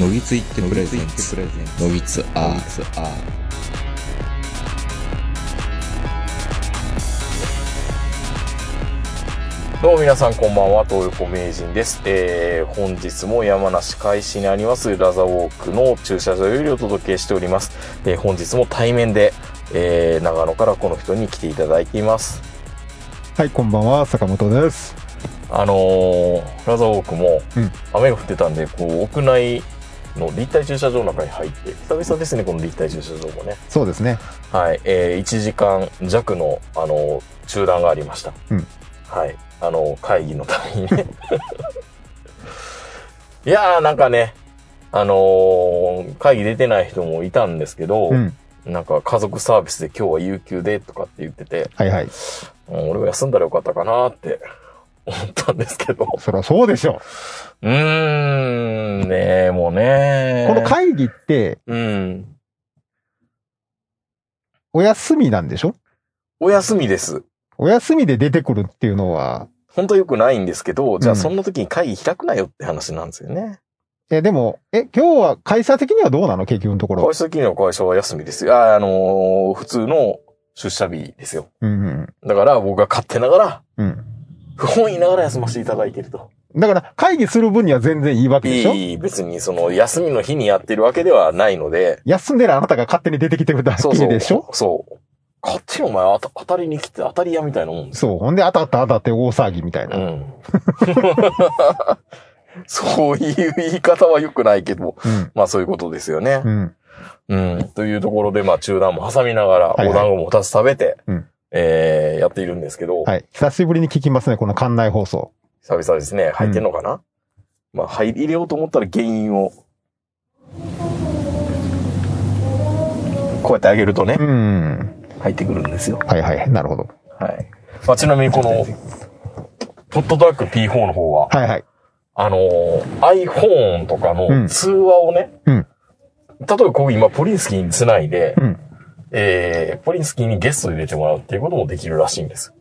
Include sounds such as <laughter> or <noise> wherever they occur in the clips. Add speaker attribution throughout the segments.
Speaker 1: のぎついってプレゼンツ
Speaker 2: プレゼン
Speaker 1: のぎつアー
Speaker 2: ツアーどうも皆さんこんばんは、東横名人です。えー、本日も山梨海市にありますラザウォークの駐車場よりお届けしております。えー、本日も対面で、えー、長野からこの人に来ていただいています。
Speaker 3: はい、こんばんは、坂本です。
Speaker 2: あのー、ラザウォークも
Speaker 3: うん
Speaker 2: 雨が降ってたんで、こう、屋内の立体駐車場の中に入って、久々ですね、この立体駐車場もね。
Speaker 3: そうですね。
Speaker 2: はい、えー、1時間弱の、あの、中断がありました。
Speaker 3: うん
Speaker 2: はい、あの、会議のためにね。 <laughs> いやー、なんかね、あのー会議出てない人もいたんですけど、
Speaker 3: うん。
Speaker 2: なんか家族サービスで今日は有給でとかって言ってて、
Speaker 3: はいはい。
Speaker 2: うん俺は休んだらよかったかなーって思ったんですけど。
Speaker 3: そりゃそうでしょ
Speaker 2: うーん、ねーもうね
Speaker 3: う。
Speaker 2: ー
Speaker 3: この会議って、
Speaker 2: うん。
Speaker 3: お休みなんでしょ
Speaker 2: お休みです。
Speaker 3: お休みで出てくるっていうのは、
Speaker 2: 本当よくないんですけど、じゃ
Speaker 3: う
Speaker 2: あ
Speaker 3: ん
Speaker 2: そんな時に会議開くなよって話なんですよね。
Speaker 3: え、でも、え、今日は会社的にはどうなの結局のところ
Speaker 2: 会。社的には会社は休みですよ。あー、あのー普通の出社日ですよ。
Speaker 3: うんうん。
Speaker 2: だから僕が勝手ながら、
Speaker 3: うん。
Speaker 2: 不本意ながら休ませていただいてると。
Speaker 3: だから、会議する分には全然いいわけでしょ
Speaker 2: いい、別にその休みの日にやってるわけではないので、
Speaker 3: 休んでるあなたが勝手に出てきてるだ
Speaker 2: そうそ
Speaker 3: け
Speaker 2: う。
Speaker 3: でしょ
Speaker 2: そう。勝手にお前あた当たりに来て当たり屋みたいなもんです。
Speaker 3: そう。ほんで、当たった当たって大騒ぎみたいうな。
Speaker 2: ん。 <laughs> そういう言い方は良くないけど、
Speaker 3: うん。
Speaker 2: まあそういうことですよね。
Speaker 3: うん。
Speaker 2: うん。というところで、まあ、中断も挟みながら、
Speaker 3: はいはい
Speaker 2: お団子も2つ食べて、
Speaker 3: うん
Speaker 2: えーやっているんですけど、
Speaker 3: はい。久しぶりに聞きますね、この館内放送。
Speaker 2: 久々ですね、入ってんのかな、まあ、入れようと思ったら原因を、こうやってあげるとね
Speaker 3: う、ん。
Speaker 2: 入ってくるんですよ。
Speaker 3: はいはい。なるほど。
Speaker 2: はい。まあ、ちなみにこの、ポットトラック P4 の方は、
Speaker 3: はいはい。
Speaker 2: あのー iPhone とか
Speaker 3: う
Speaker 2: の
Speaker 3: ん
Speaker 2: 通話をね、
Speaker 3: うん
Speaker 2: 例えばこう今、ポリンスキーにつないで、
Speaker 3: うん。
Speaker 2: えー、ポリンスキーにゲスト入れてもらうっていうこともできるらしいんです。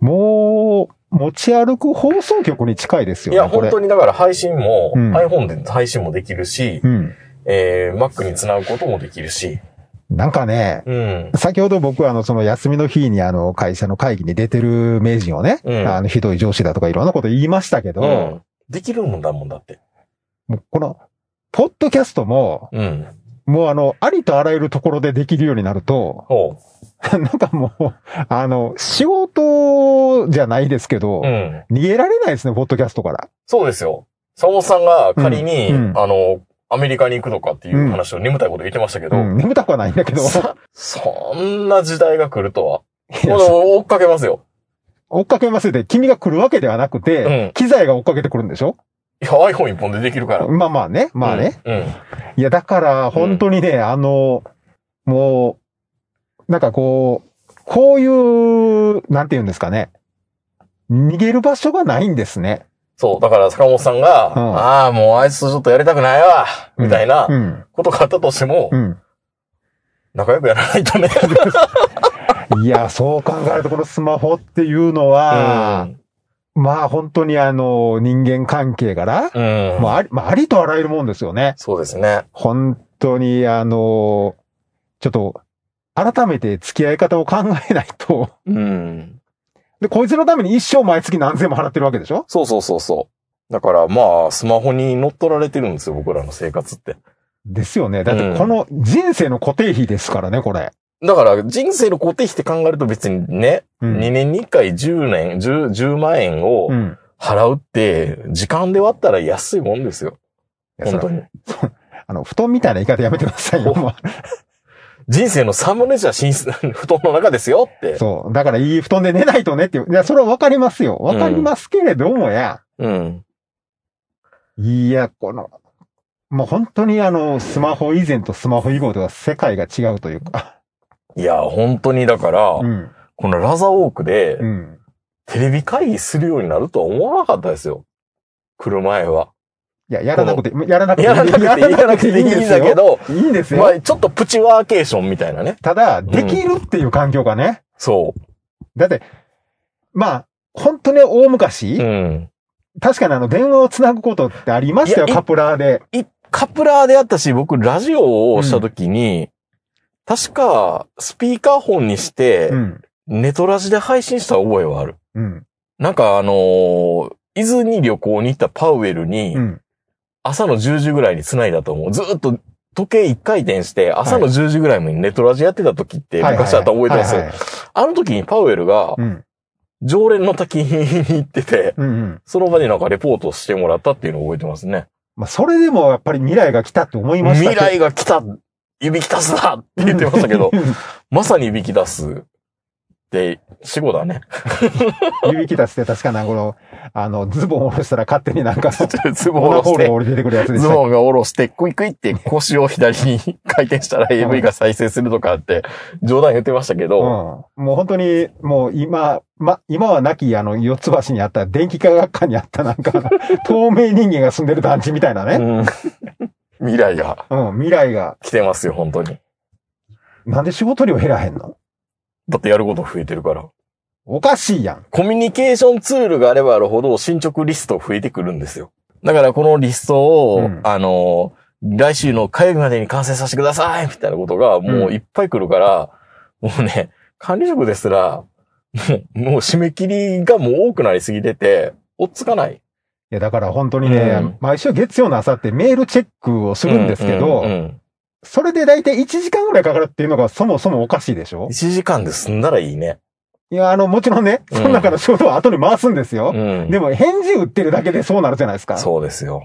Speaker 3: もう、持ち歩く放送局に近いです
Speaker 2: い
Speaker 3: よね。
Speaker 2: や、
Speaker 3: これ
Speaker 2: 本当にだから配信も、
Speaker 3: うん
Speaker 2: iPhone で配信もできるし、
Speaker 3: うん。
Speaker 2: えー、Mac につなぐこともできるし、
Speaker 3: なんかね、
Speaker 2: うん。
Speaker 3: 先ほど僕はあの、その休みの日にあの、会社の会議に出てる名人をね、
Speaker 2: うん
Speaker 3: あの、ひどい上司だとかいろんなこと言いましたけど、
Speaker 2: うん。できるもんだもんだって。
Speaker 3: もうこの、ポッドキャストも、
Speaker 2: うん。
Speaker 3: もうあの、ありとあらゆるところでできるようになると、 <laughs>
Speaker 2: ほ
Speaker 3: なんかもう、あの、仕事じゃないですけど、
Speaker 2: う。うん。
Speaker 3: 逃げられないですね、ポッドキャストから。
Speaker 2: そうですよ。坂本さんが仮に、
Speaker 3: うんうん
Speaker 2: あの、アメリカに行くとかっていう話を眠たいこと言ってましたけど、
Speaker 3: うん、眠たくはないんだけど、
Speaker 2: さそんな時代が来るとは。
Speaker 3: いや
Speaker 2: これ追っかけますよ。
Speaker 3: 追っかけますで、君が来るわけではなくて、
Speaker 2: うん
Speaker 3: 機材が追っかけてくるんでしょ
Speaker 2: いや、iPhone 一本でできるから。
Speaker 3: まあまあね、まあね。
Speaker 2: うん。うん。
Speaker 3: いや、だから、本当にね、あの、もう、なんかこう、こういう、なんて言うんですかね。逃げる場所がないんですね。
Speaker 2: そう。だから坂本さんが、
Speaker 3: うん
Speaker 2: ああ、もうあいつとちょっとやりたくないわ、みたいな
Speaker 3: うん。
Speaker 2: ことがあったとしても、
Speaker 3: うん。
Speaker 2: 仲良くやらないとね。
Speaker 3: いや、そう考えると、このスマホっていうのは、まあ本当にあの、人間関係から、
Speaker 2: うん。うん。
Speaker 3: まああり、まあありとあらゆるもんですよね。
Speaker 2: そうですね。
Speaker 3: 本当にあの、ちょっと、改めて付き合い方を考えないと。
Speaker 2: うん。
Speaker 3: で、こいつのために一生毎月何千も払ってるわけでしょ
Speaker 2: そうそうそうそう。だからまあ、スマホに乗っ取られてるんですよ、僕らの生活って。
Speaker 3: ですよね。だっ
Speaker 2: うん
Speaker 3: てこの人生の固定費ですからね、これ。
Speaker 2: だから、人生の固定費って考えると別にね、
Speaker 3: うん
Speaker 2: 2年に1回10年、10、10万円を
Speaker 3: うん。
Speaker 2: 払うって、時間で割ったら安いもんですよ。
Speaker 3: いや
Speaker 2: 本当に。
Speaker 3: あの、布団みたいな言い方やめてくださいよ。も
Speaker 2: 人生の3分の1は寝室、 <laughs> 布団の中ですよって
Speaker 3: う。そう。だからいい布団で寝ないとねっていう。いや、それはわかりますよ。わかりますけれどもや。
Speaker 2: うん。
Speaker 3: いや、この、もう本当にあの、スマホ以前とスマホ以後では世界が違うというか。
Speaker 2: いや、本当にだから、
Speaker 3: うん。
Speaker 2: このラザウォークで、
Speaker 3: うん。
Speaker 2: テレビ会議するようになるとは思わなかったですよ。来る前は。
Speaker 3: いや、やらなくて、やらな <laughs> くていい。
Speaker 2: やらなくていい、やらなくていいん
Speaker 3: です
Speaker 2: だけ
Speaker 3: よ。
Speaker 2: ど、
Speaker 3: いいんです
Speaker 2: ま
Speaker 3: よ。
Speaker 2: あ、ちょっとプチワーケーションみたいなね。
Speaker 3: ただ、できるっていう環境がね。
Speaker 2: そ
Speaker 3: だって、まあ、本当に大昔、
Speaker 2: う。うん。
Speaker 3: 確かにあの、電話をつなぐことってありましたよ、
Speaker 2: いやい
Speaker 3: カプラーで。
Speaker 2: 一カプラーであったし、僕、ラジオをした時に、確か、スピーカーフォンにして
Speaker 3: う、ん。
Speaker 2: ネトラジで配信した覚えはある。
Speaker 3: うん。
Speaker 2: なんか、あのー伊豆に旅行に行ったパウエルに、
Speaker 3: うん。
Speaker 2: 朝の10時ぐらいに繋いだと思う。ずーっと時計一回転して、朝の10時ぐらいにネトラジやってた時って、昔あった覚えてます
Speaker 3: はい
Speaker 2: よ
Speaker 3: はい。はい
Speaker 2: あの時にパウエルが
Speaker 3: う、ん。
Speaker 2: 常連の滝に行ってて、
Speaker 3: うんうん。
Speaker 2: その場でなんかレポートしてもらったっていうのを覚えてますね。
Speaker 3: まあ、それでもやっぱり未来が来たって思いました
Speaker 2: 未
Speaker 3: けど。
Speaker 2: 来が来た指き出すなって言ってましたけ <laughs> ど、まさに指き出すって死後だ <laughs> ね。
Speaker 3: <laughs> 指き出して確かな、この、あの、ズボンを下ろしたら勝手になんか、
Speaker 2: ズボン
Speaker 3: オ
Speaker 2: を
Speaker 3: ナ
Speaker 2: 下
Speaker 3: <laughs> ホー
Speaker 2: ろし
Speaker 3: ルが
Speaker 2: て、
Speaker 3: 降りて出てくるやつでし
Speaker 2: ズ
Speaker 3: た。
Speaker 2: ボンが下ろして、クイクイって腰を左に <laughs> 回転したら AV が再生するとかって冗談言ってましたけど、
Speaker 3: うん。もう本当に、もう今、ま、今はなき、あの、四つ橋にあった、電気科学館にあった、なん
Speaker 2: <laughs>
Speaker 3: か、透明人間が住んでる団地みたいなね。
Speaker 2: うん <laughs> 未来が
Speaker 3: うん、未来が。
Speaker 2: 来てますよ、本当に。
Speaker 3: なんで仕事量減らへんの
Speaker 2: だってやること増えてるから。
Speaker 3: おかしいやん。
Speaker 2: コミュニケーションツールがあればあるほど進捗リスト増えてくるんですよ。だからこのリストを、
Speaker 3: うん
Speaker 2: あの、来週の火曜日までに完成させてくださいみたいなことがもういっぱい来るから、もうね、管理職ですら、 <laughs> もう、もう締め切りがもう多くなりすぎてて、追っつかない。
Speaker 3: いや、だから本当にね、
Speaker 2: うん
Speaker 3: 毎週月曜の朝ってメールチェックをするんですけど、
Speaker 2: うんうんうん
Speaker 3: それで大体1時間ぐらいかかるっていうのがそもそもおかしいでしょ
Speaker 2: 1時間で済んだらいいね。
Speaker 3: いや、あの、もちろんね、
Speaker 2: うん
Speaker 3: その中の仕事は後に回すんですよ。
Speaker 2: うん。
Speaker 3: でも返事打ってるだけでそうなるじゃないですか。
Speaker 2: そうですよ。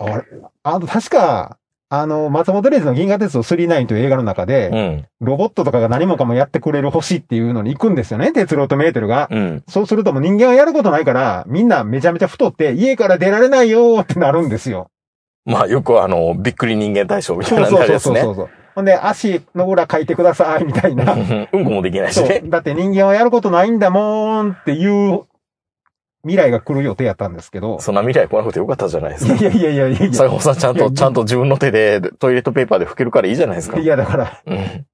Speaker 3: あれあの、確か、あの、松本零士の銀河鉄道39という映画の中で、
Speaker 2: うん。
Speaker 3: ロボットとかが何もかもやってくれる星っていうのに行くんですよね、鉄郎とメーテルが。
Speaker 2: うん。
Speaker 3: そうするともう人間はやることないから、みんなめちゃめちゃ太って、家から出られないよーってなるんですよ。
Speaker 2: まあよくあの、びっくり人間大賞みたい
Speaker 3: そうそ
Speaker 2: な
Speaker 3: うそ
Speaker 2: の
Speaker 3: う
Speaker 2: です
Speaker 3: そう
Speaker 2: ね
Speaker 3: そ。うそう。ほんで、足の裏書いてください、みたいな。
Speaker 2: <laughs> うんうんこもできないし
Speaker 3: そ
Speaker 2: ね。
Speaker 3: う。だって人間はやることないんだもんっていう未来が来る予定やったんですけど。
Speaker 2: そんな未来来なくてよかったじゃないです
Speaker 3: いやい
Speaker 2: か。
Speaker 3: やいやいやいやい
Speaker 2: 坂本さんちゃん
Speaker 3: いや
Speaker 2: と、ちゃんと自分の手でトイレットペーパーで拭けるからいいじゃないですか
Speaker 3: や。い。や、だから、
Speaker 2: うん。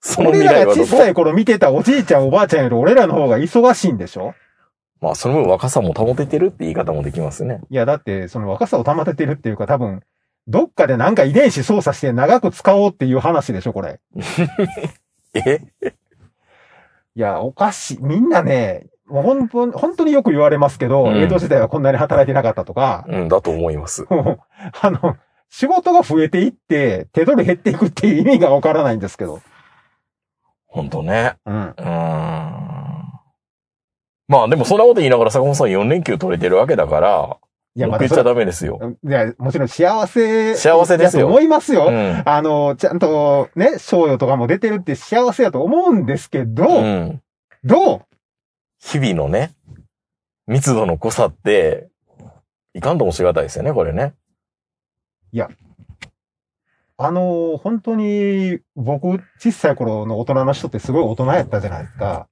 Speaker 2: その
Speaker 3: 俺
Speaker 2: 未
Speaker 3: ら
Speaker 2: 来
Speaker 3: が
Speaker 2: はど
Speaker 3: 小さ
Speaker 2: こ
Speaker 3: い頃見てたおじいちゃんおばあちゃんより俺らの方が忙しいんでしょ
Speaker 2: まあその分若さも保ててるって言い方もできますね。
Speaker 3: いや、だって、その若さを保ててるっていうか、多分、どっかでなんか遺伝子操作して長く使おうっていう話でしょ、これ。
Speaker 2: え
Speaker 3: いや、おかしい。みんなね、もう本当に、本当によく言われますけど、
Speaker 2: うん
Speaker 3: 江戸時代はこんなに働いてなかったとか、 <laughs>
Speaker 2: うん、だと思います。
Speaker 3: もうあの、仕事が増えていって、手取り減っていくっていう意味がわからないんですけど。
Speaker 2: ほんとね。
Speaker 3: うん。
Speaker 2: うーん。まあでもそんなこと言いながら坂本さん4連休取れてるわけだから、
Speaker 3: いや、まだ
Speaker 2: 文句言っ
Speaker 3: そ
Speaker 2: ちゃ
Speaker 3: れ
Speaker 2: ダメですよ。
Speaker 3: いや、もちろん幸せ。
Speaker 2: 幸せですよ
Speaker 3: だと思いますよ。
Speaker 2: うん。
Speaker 3: あの、ちゃんとね、賞与とかも出てるって幸せやと思うんですけど、
Speaker 2: うん。
Speaker 3: どう
Speaker 2: 日々のね、密度の濃さって、いかんともしがたいですよね、これね。
Speaker 3: あのー本当に、僕、小さい頃の大人の人ってすごい大人やったじゃないですか。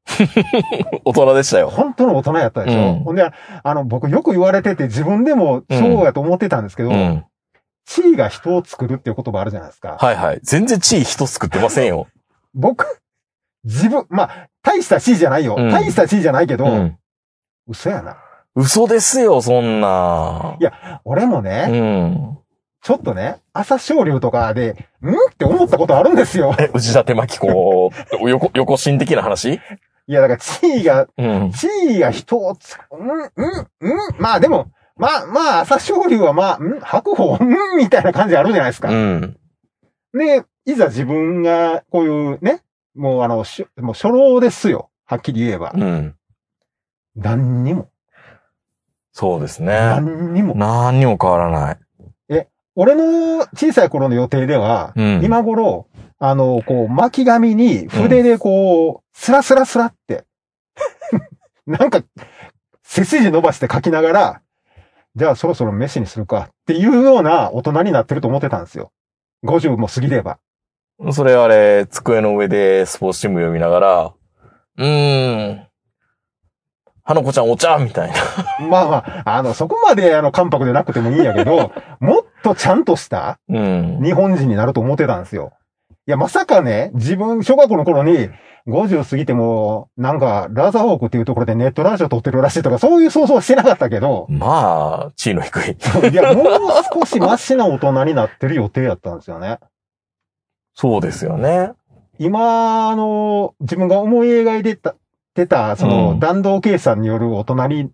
Speaker 2: 大人でしたよ。
Speaker 3: 本当の大人やったでしょ。
Speaker 2: うん
Speaker 3: ほんで、あの、僕よく言われてて自分でもそうやと思ってたんですけど、
Speaker 2: うん。
Speaker 3: 地位が人を作るっていう言葉あるじゃないですか。
Speaker 2: はいはい。全然地位人作ってませんよ。
Speaker 3: 僕、自分、まあ、大した地位じゃないよ。
Speaker 2: うん
Speaker 3: 大した地位じゃないけど、
Speaker 2: うん。
Speaker 3: 嘘やな。
Speaker 2: 嘘ですよ、そんな。
Speaker 3: い俺もね、
Speaker 2: うん。
Speaker 3: ちょっとね、朝昇竜とかで、んって思ったことあるんですよ。
Speaker 2: え、内立真紀子、横、横心的な話
Speaker 3: いや、だから地位が、
Speaker 2: うん。
Speaker 3: 地位が人をつ、うん、うん、うん、まあでも、まあ、まあ、朝昇竜はまあ、ん白鵬、うん、みたいな感じあるじゃないですか
Speaker 2: う。ん。
Speaker 3: で、いざ自分が、こういうね、もうあの、しょもう初老ですよ。はっきり言えば。
Speaker 2: うん。
Speaker 3: 何にも。
Speaker 2: そうですね。
Speaker 3: 何にも。
Speaker 2: 何にも変わらない。
Speaker 3: 俺の小さい頃の予定では、
Speaker 2: うん
Speaker 3: 今頃、あの、こう、巻紙に筆でこう、スラスラスラって、 <laughs> なんか、背筋伸ばして書きながら、じゃあそろそろ飯にするかっていうような大人になってると思ってたんですよ。50も過ぎれば。
Speaker 2: それあれ、机の上でスポーツ新聞読みながら、うーん。花子ちゃんお茶みたいな。
Speaker 3: まあまあ、あの、そこまであの、関白でなく
Speaker 2: <laughs>
Speaker 3: てもいいんやけど、もっとちゃんとした
Speaker 2: うん。
Speaker 3: 日本人になると思ってたんですよ。いや、まさかね、自分、小学校の頃に、50過ぎても、なんか、ラザーウォークっていうところでネットラジオ撮ってるらしいとか、そういう想像はしてなかったけど、
Speaker 2: まあ、地位の低い。
Speaker 3: い
Speaker 2: <laughs>
Speaker 3: や、もう少しマシな大人になってる予定やったんですよね。
Speaker 2: そうですよね。
Speaker 3: 今、あの、自分が思い描いてた、てた、その、
Speaker 2: うん
Speaker 3: 弾道計算による大人に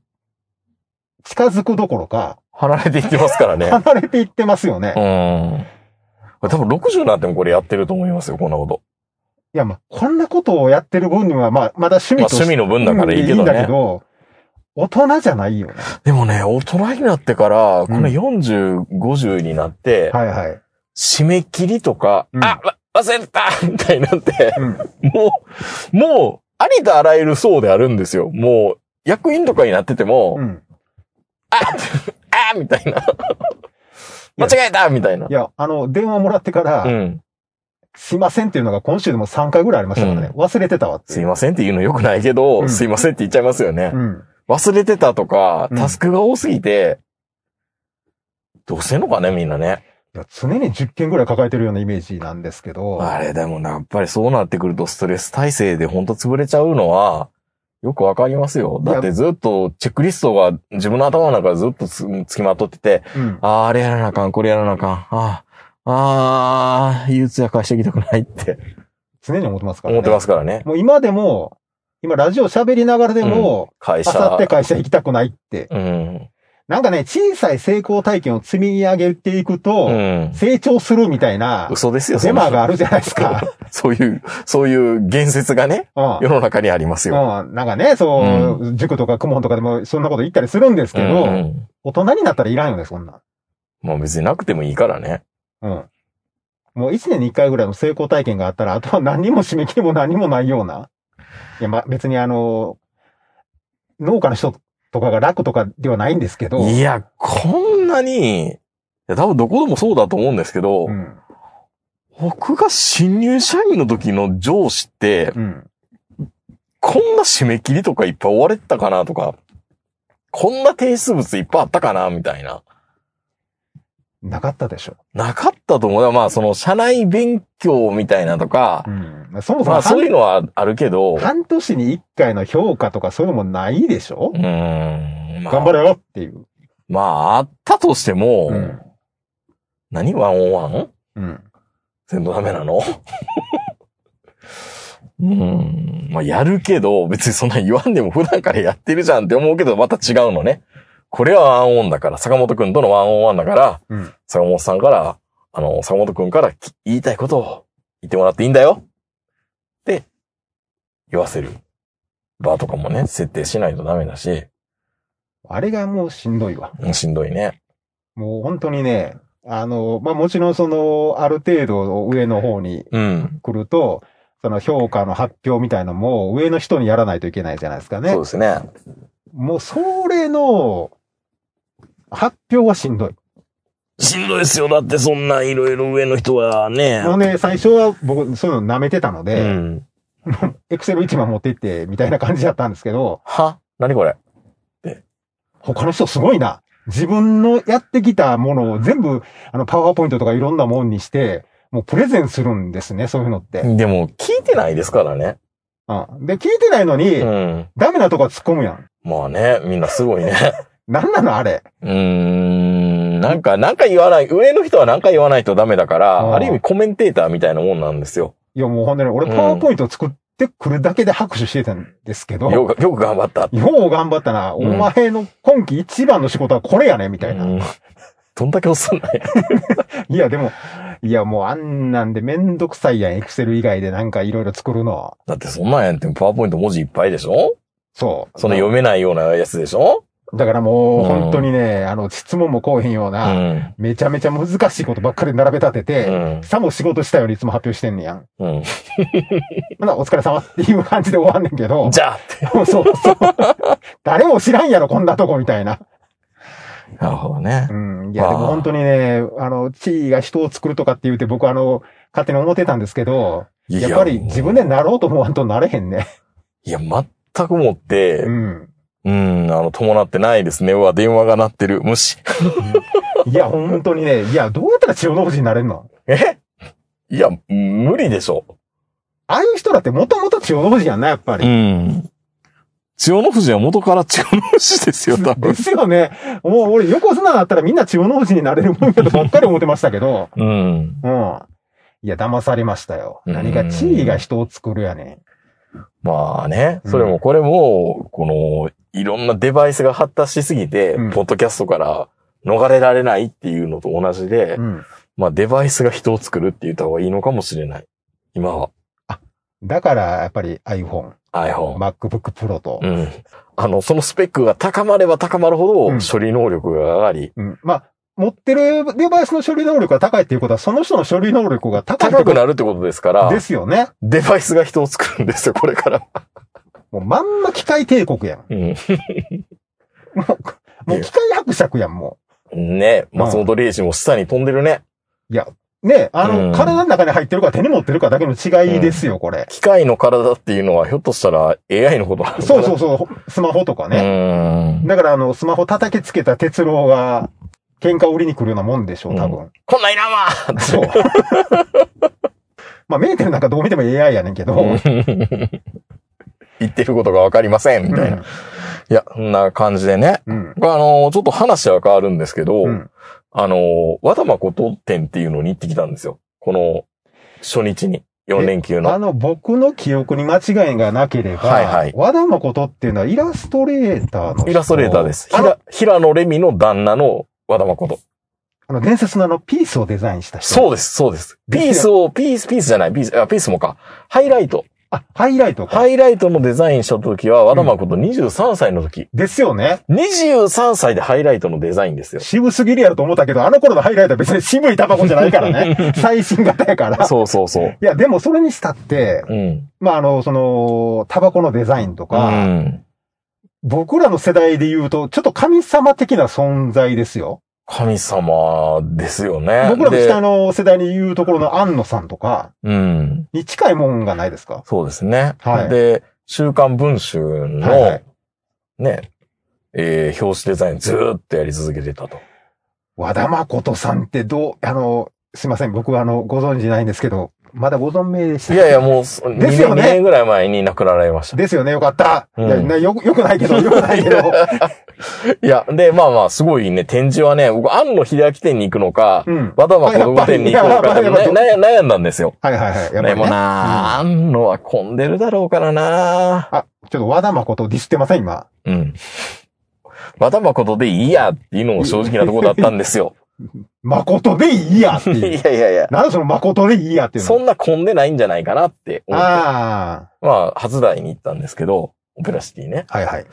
Speaker 3: 近づくどころか、
Speaker 2: 離れていってますからね。
Speaker 3: 離れていってますよね。い
Speaker 2: うん。多分60になってもこれやってると思いますよ、こんなこと。
Speaker 3: や、まあ、こんなことをやってる分には、まあ、まだ趣味
Speaker 2: まあ
Speaker 3: として
Speaker 2: 趣味の分だからいいけ
Speaker 3: いい
Speaker 2: ど
Speaker 3: んだ
Speaker 2: ね
Speaker 3: け。ど、大人じゃないよね。
Speaker 2: でもね、大人になってから、この
Speaker 3: うん
Speaker 2: 40、50になって、
Speaker 3: はいはい。
Speaker 2: 締め切りとか、
Speaker 3: うん
Speaker 2: あ、わ忘れたみたいになって、
Speaker 3: うん。
Speaker 2: もう、もう、ありとあらゆる層であるんですよ。もう、役員とかになってても、
Speaker 3: うん。。
Speaker 2: ああみたいな。間違えたみたいない
Speaker 3: や、あの、電話もらってから、
Speaker 2: うん。
Speaker 3: すいませんっていうのが今週でも3回ぐらいありましたからね。忘れてたわって
Speaker 2: す
Speaker 3: い。
Speaker 2: いうませんって言うの良くないけど、
Speaker 3: うん
Speaker 2: すいませんって言っちゃいますよね。
Speaker 3: うん。
Speaker 2: 忘れてたとか、
Speaker 3: うん
Speaker 2: タスクが多すぎて、どうしてんのかね、みんなね。
Speaker 3: いや常に10件ぐらい抱えてるようなイメージなんですけど、
Speaker 2: あれでもな、やっぱりそうなってくるとストレス耐性でほんと潰れちゃうのは、よくわかりますよ。だってずっとチェックリストが自分の頭の中でずっとつつきまとってて、
Speaker 3: うん。
Speaker 2: ああ、あれやらなあかん、これやらなあかん、ああ、ああ、憂鬱やからしてきたくないって
Speaker 3: 常に思ってますからね。
Speaker 2: 思ってますからね。
Speaker 3: もう今でも、今ラジオ喋りながらでも、
Speaker 2: 会
Speaker 3: あさ
Speaker 2: 社
Speaker 3: って。会社行きたくないって。
Speaker 2: うん。
Speaker 3: なんかね、小さい成功体験を積み上げていくと、
Speaker 2: うん。
Speaker 3: 成長するみたいな、
Speaker 2: 嘘ですよ、
Speaker 3: デ
Speaker 2: んな
Speaker 3: マがあるじゃないです
Speaker 2: <laughs>
Speaker 3: か。
Speaker 2: そういう、そういう言説がね、
Speaker 3: うん。
Speaker 2: 世の中にありますよ。
Speaker 3: うん、なんかね、そう、塾とか公文とかでもそんなこと言ったりするんですけど、
Speaker 2: うんうん
Speaker 3: 大人になったらいらんよね、そんなん。
Speaker 2: もう別になくてもいいからね。
Speaker 3: うん。もう一年に一回ぐらいの成功体験があったら、あとは何にも締め切りも何もないような。いや、まあ、別にあの、農家の人とかが楽とかではないんですけど、
Speaker 2: いや、こんなに、いや多分どこでもそうだと思うんですけど、
Speaker 3: うん。
Speaker 2: 僕が新入社員の時の上司って、
Speaker 3: うん。
Speaker 2: こんな締め切りとかいっぱい追われてたかなとか、こんな提出物いっぱいあったかなみたいな。
Speaker 3: なかったでしょ。
Speaker 2: なかったと思う。まあ、その、社内勉強みたいなとか
Speaker 3: う、ん。そもそ
Speaker 2: ま
Speaker 3: も
Speaker 2: あ、そういう
Speaker 3: 半
Speaker 2: のはあるけど、
Speaker 3: 半年に一回の評価とかそういうのもないでしょ
Speaker 2: う、ーん、まあ、
Speaker 3: 頑張れよっていう。
Speaker 2: まあ、あったとしても、
Speaker 3: うん。
Speaker 2: 何ワンオンワン
Speaker 3: うん。
Speaker 2: 全部ダメなの <laughs> うん。まあ、やるけど、別にそんな言わんでも普段からやってるじゃんって思うけど、また違うのね。これはワンオンだから、坂本くんとのワンオンワンだから、
Speaker 3: うん。
Speaker 2: 坂本さんから、あの、坂本くんからき言いたいことを言ってもらっていいんだよって、言わせる。バーとかもね、設定しないとダメだし、
Speaker 3: あれがもうしんどいわ。
Speaker 2: うんしんどいね。
Speaker 3: もう本当にね、あの、まあ、もちろんその、ある程度上の方に
Speaker 2: うん。
Speaker 3: 来ると、その評価の発表みたいのも上の人にやらないといけないじゃないですかね
Speaker 2: そう。ですね。
Speaker 3: もうそれの発表はしんどい。
Speaker 2: しんどいですよ。だってそんないろいろ上の人はね。
Speaker 3: もうね、最初は僕そういうの舐めてたの
Speaker 2: う
Speaker 3: で、
Speaker 2: ん。
Speaker 3: エクセル1枚持ってってみたいな感じだったんですけど、
Speaker 2: は何これ
Speaker 3: 他の人すごいな。自分のやってきたものを全部、あの、パワーポイントとかいろんなもんにして、もうプレゼンするんですね、そういうのって。
Speaker 2: でも、聞いてないですからね。
Speaker 3: うん、で、聞いてないのに、
Speaker 2: うん。
Speaker 3: ダメなとこは突っ込むやん。
Speaker 2: まあね、みんなすごいね。
Speaker 3: なんなのあれ。
Speaker 2: <laughs> うーん。なんか、なんか言わない。上の人はなんか言わないとダメだから、
Speaker 3: うん
Speaker 2: ある意味コメンテーターみたいなもんなんですよ。
Speaker 3: いや、もう本当に俺
Speaker 2: うん
Speaker 3: パワーポイント作ってくるだけで拍手してたんですけど、
Speaker 2: よく、よく頑張った。
Speaker 3: よう頑張ったな、
Speaker 2: うん
Speaker 3: お前の今季一番の仕事はこれやね、みたいな。
Speaker 2: うんどんだけ遅いない
Speaker 3: いや、でも、いや、もうあんなんでめんどくさいやん、エクセル以外でなんかいろいろ作るの。
Speaker 2: だってそんなんやんって、パワーポイント文字いっぱいでしょ
Speaker 3: そう。
Speaker 2: その読めないようなやつでしょ
Speaker 3: だからもう
Speaker 2: うん
Speaker 3: 本当にね、あの、質問もこうへんよう
Speaker 2: う
Speaker 3: な、
Speaker 2: ん。
Speaker 3: めちゃめちゃ難しいことばっかり並べ立て
Speaker 2: う
Speaker 3: て、
Speaker 2: ん。
Speaker 3: さも仕事したよりいつも発表してんねやん。
Speaker 2: うん。
Speaker 3: まだお疲れ様っていう感じで終わんねんけど。
Speaker 2: じゃあって。
Speaker 3: そうそう。 <laughs> 誰も知らんやろ、こんなとこみたいな。
Speaker 2: なるほどね。
Speaker 3: うん。いや、
Speaker 2: あー
Speaker 3: でも本当にね、あの、地位が人を作るとかって言って僕あの、勝手に思ってたんですけど、やっぱり自分でなろうと思わんとなれへんね。
Speaker 2: いや、全くもって、
Speaker 3: うん。
Speaker 2: うん、あの、伴ってないですね。うわ、電話が鳴ってる。無視。
Speaker 3: いや、本当にね、いや、どうやったら千代の富士になれんの
Speaker 2: えいいや、無理でしょ。
Speaker 3: ああいう人だってもともと千代の富士やんな、やっぱり。
Speaker 2: ん。千代の富士は元から千代の富士ですよ、
Speaker 3: で
Speaker 2: 多分。
Speaker 3: すよね。もう俺横綱だったらみんな千代の富士になれるもんやとばっかり思ってましたけど。
Speaker 2: うん。
Speaker 3: うん。いや、騙されましたよ。
Speaker 2: うん
Speaker 3: 何が地位が人を作るやね
Speaker 2: まあね、それもこれも、この、いろんなデバイスが発達しすぎて、
Speaker 3: うん
Speaker 2: ポッドキャストから逃れられないっていうのと同じで、
Speaker 3: ん。うん。
Speaker 2: まあデバイスが人を作るって言った方がいいのかもしれない。今は
Speaker 3: だから、やっぱり iPhone、
Speaker 2: iPhone。
Speaker 3: MacBook Pro と
Speaker 2: う。ん。あの、そのスペックが高まれば高まるほ
Speaker 3: うん
Speaker 2: ど処理能力が上がり、
Speaker 3: うん。まあ、持ってるデバイスの処理能力が高いっていうことは、その人の処理能力が高いって
Speaker 2: 高
Speaker 3: こと
Speaker 2: くなるってことですから、
Speaker 3: ですよね。
Speaker 2: デバイスが人を作るんですよ、これから。
Speaker 3: もうまんま機械帝国やん。
Speaker 2: うん。
Speaker 3: もう、もう機械伯爵やん、も
Speaker 2: ね松本零士も下に飛んでるね。
Speaker 3: う。ねあの、
Speaker 2: うん
Speaker 3: 体の中に入ってるか手に持ってるかだけの違いですよ、これ。
Speaker 2: 機械の体っていうのはひょっとしたら AI のことなのかな
Speaker 3: そうそうそう、スマホとか
Speaker 2: う
Speaker 3: ね。
Speaker 2: ーん。
Speaker 3: だから、あの、スマホ叩きつけた鉄郎が、喧嘩を売りに来るようなもんでしょう、多分。
Speaker 2: こんなんいらんわー
Speaker 3: そう。まあ、メーテルなんかどう見ても AI やねんけど。
Speaker 2: うん言ってることがわかりません、みたいな。いや、そんな感じでね。
Speaker 3: うん。
Speaker 2: あの、ちょっと話は変わるんですけど、
Speaker 3: うん。
Speaker 2: あの、和田誠展っていうのに行ってきたんですよ。この、初日に、4連休
Speaker 3: あ
Speaker 2: の。
Speaker 3: の、僕の記憶に間違いがなければ、
Speaker 2: はいはい
Speaker 3: 和田誠っていうのはイラストレーターの人
Speaker 2: イラストレーターです。
Speaker 3: あ
Speaker 2: ひ
Speaker 3: の
Speaker 2: ら、平野レミの旦那の和田誠。
Speaker 3: あの伝説のあの、ピースをデザインした人。
Speaker 2: そうです、そうです。ピースを、ピース、ピースじゃない、ピース、あ、ピースもか。ハイライト。
Speaker 3: あ、ハイライトか。
Speaker 2: ハイライトのデザインした時は、和田誠23歳の時。
Speaker 3: ですよね。
Speaker 2: 23歳でハイライトのデザインですよ。
Speaker 3: 渋すぎるやろと思ったけど、あの頃のハイライトは別に渋いタバコじゃないから
Speaker 2: <laughs>
Speaker 3: ね。最新型やから。
Speaker 2: そうそうそう。
Speaker 3: いや、でもそれにしたって、
Speaker 2: うん。
Speaker 3: まあ、あの、その、タバコのデザインと
Speaker 2: う
Speaker 3: か、
Speaker 2: ん。
Speaker 3: 僕らの世代で言うと、ちょっと神様的な存在ですよ。
Speaker 2: 神様ですよね。
Speaker 3: 僕らの
Speaker 2: で
Speaker 3: 下の世代に言うところの安野さんとか
Speaker 2: うん。
Speaker 3: に近いもんがないですか
Speaker 2: そうですね。
Speaker 3: はい
Speaker 2: で、週刊文春の、
Speaker 3: はいはい
Speaker 2: ね、えー表紙デザインずーっとやり続けてた
Speaker 3: <laughs>
Speaker 2: と。
Speaker 3: 和田誠さんってどう、あの、すいません、僕はあの、ご存知ないんですけど、まだご存命でした。
Speaker 2: いやいや、もう、2
Speaker 3: です
Speaker 2: 年
Speaker 3: よ
Speaker 2: 二
Speaker 3: ね
Speaker 2: 年ぐらい前に亡くなられました。
Speaker 3: ですよね、よかった。
Speaker 2: うん
Speaker 3: いやなよく、よくないけ
Speaker 2: <laughs>
Speaker 3: ど、よくないけど。
Speaker 2: いや、で、まあまあ、すごいね、展示はね、僕、庵野秀明店に行くのか、
Speaker 3: うん。
Speaker 2: 和田誠子店に行くのか、
Speaker 3: あやっぱり
Speaker 2: な悩悩んだんですよ。
Speaker 3: はいはいはい。やっぱり
Speaker 2: で
Speaker 3: ね
Speaker 2: もなあ、庵野は混んでるだろうからな
Speaker 3: あ、ちょっと和田誠ディスってません、今。
Speaker 2: うん。また誠でいいやっていうのも正直なところだったんですよ。
Speaker 3: 誠でいいやって
Speaker 2: いや
Speaker 3: いう。
Speaker 2: いやいや。
Speaker 3: なんでその誠でいいやっていう
Speaker 2: そ
Speaker 3: の
Speaker 2: んな混んでないんじゃないかなって思って。
Speaker 3: あ
Speaker 2: まあ、初台に行ったんですけど、オペラシティね。
Speaker 3: あ。はいはい。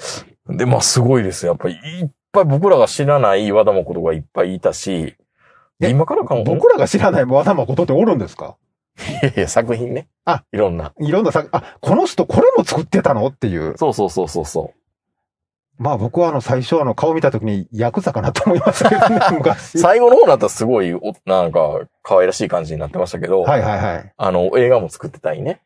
Speaker 2: で、まあすごいですよ。やっぱりいっぱい僕らが知らない和田誠がいっぱいいたし、
Speaker 3: え
Speaker 2: 今からかも。
Speaker 3: 僕らが知らない和田誠っておるんですか
Speaker 2: いやいや、作品ね。
Speaker 3: あ、
Speaker 2: いろんな。
Speaker 3: いろんなさ、あ、この人これも作ってたのっていう。
Speaker 2: そうそうそうそうそ
Speaker 3: まあ僕はあの最初あの顔見た時にヤクザかなと思いましたけどね、
Speaker 2: う。
Speaker 3: 昔。はい
Speaker 2: 最後の方だったらすごい、おなんか、可愛らしい感じになってましたけど、
Speaker 3: はいはい。
Speaker 2: あの、映画も作ってたりね。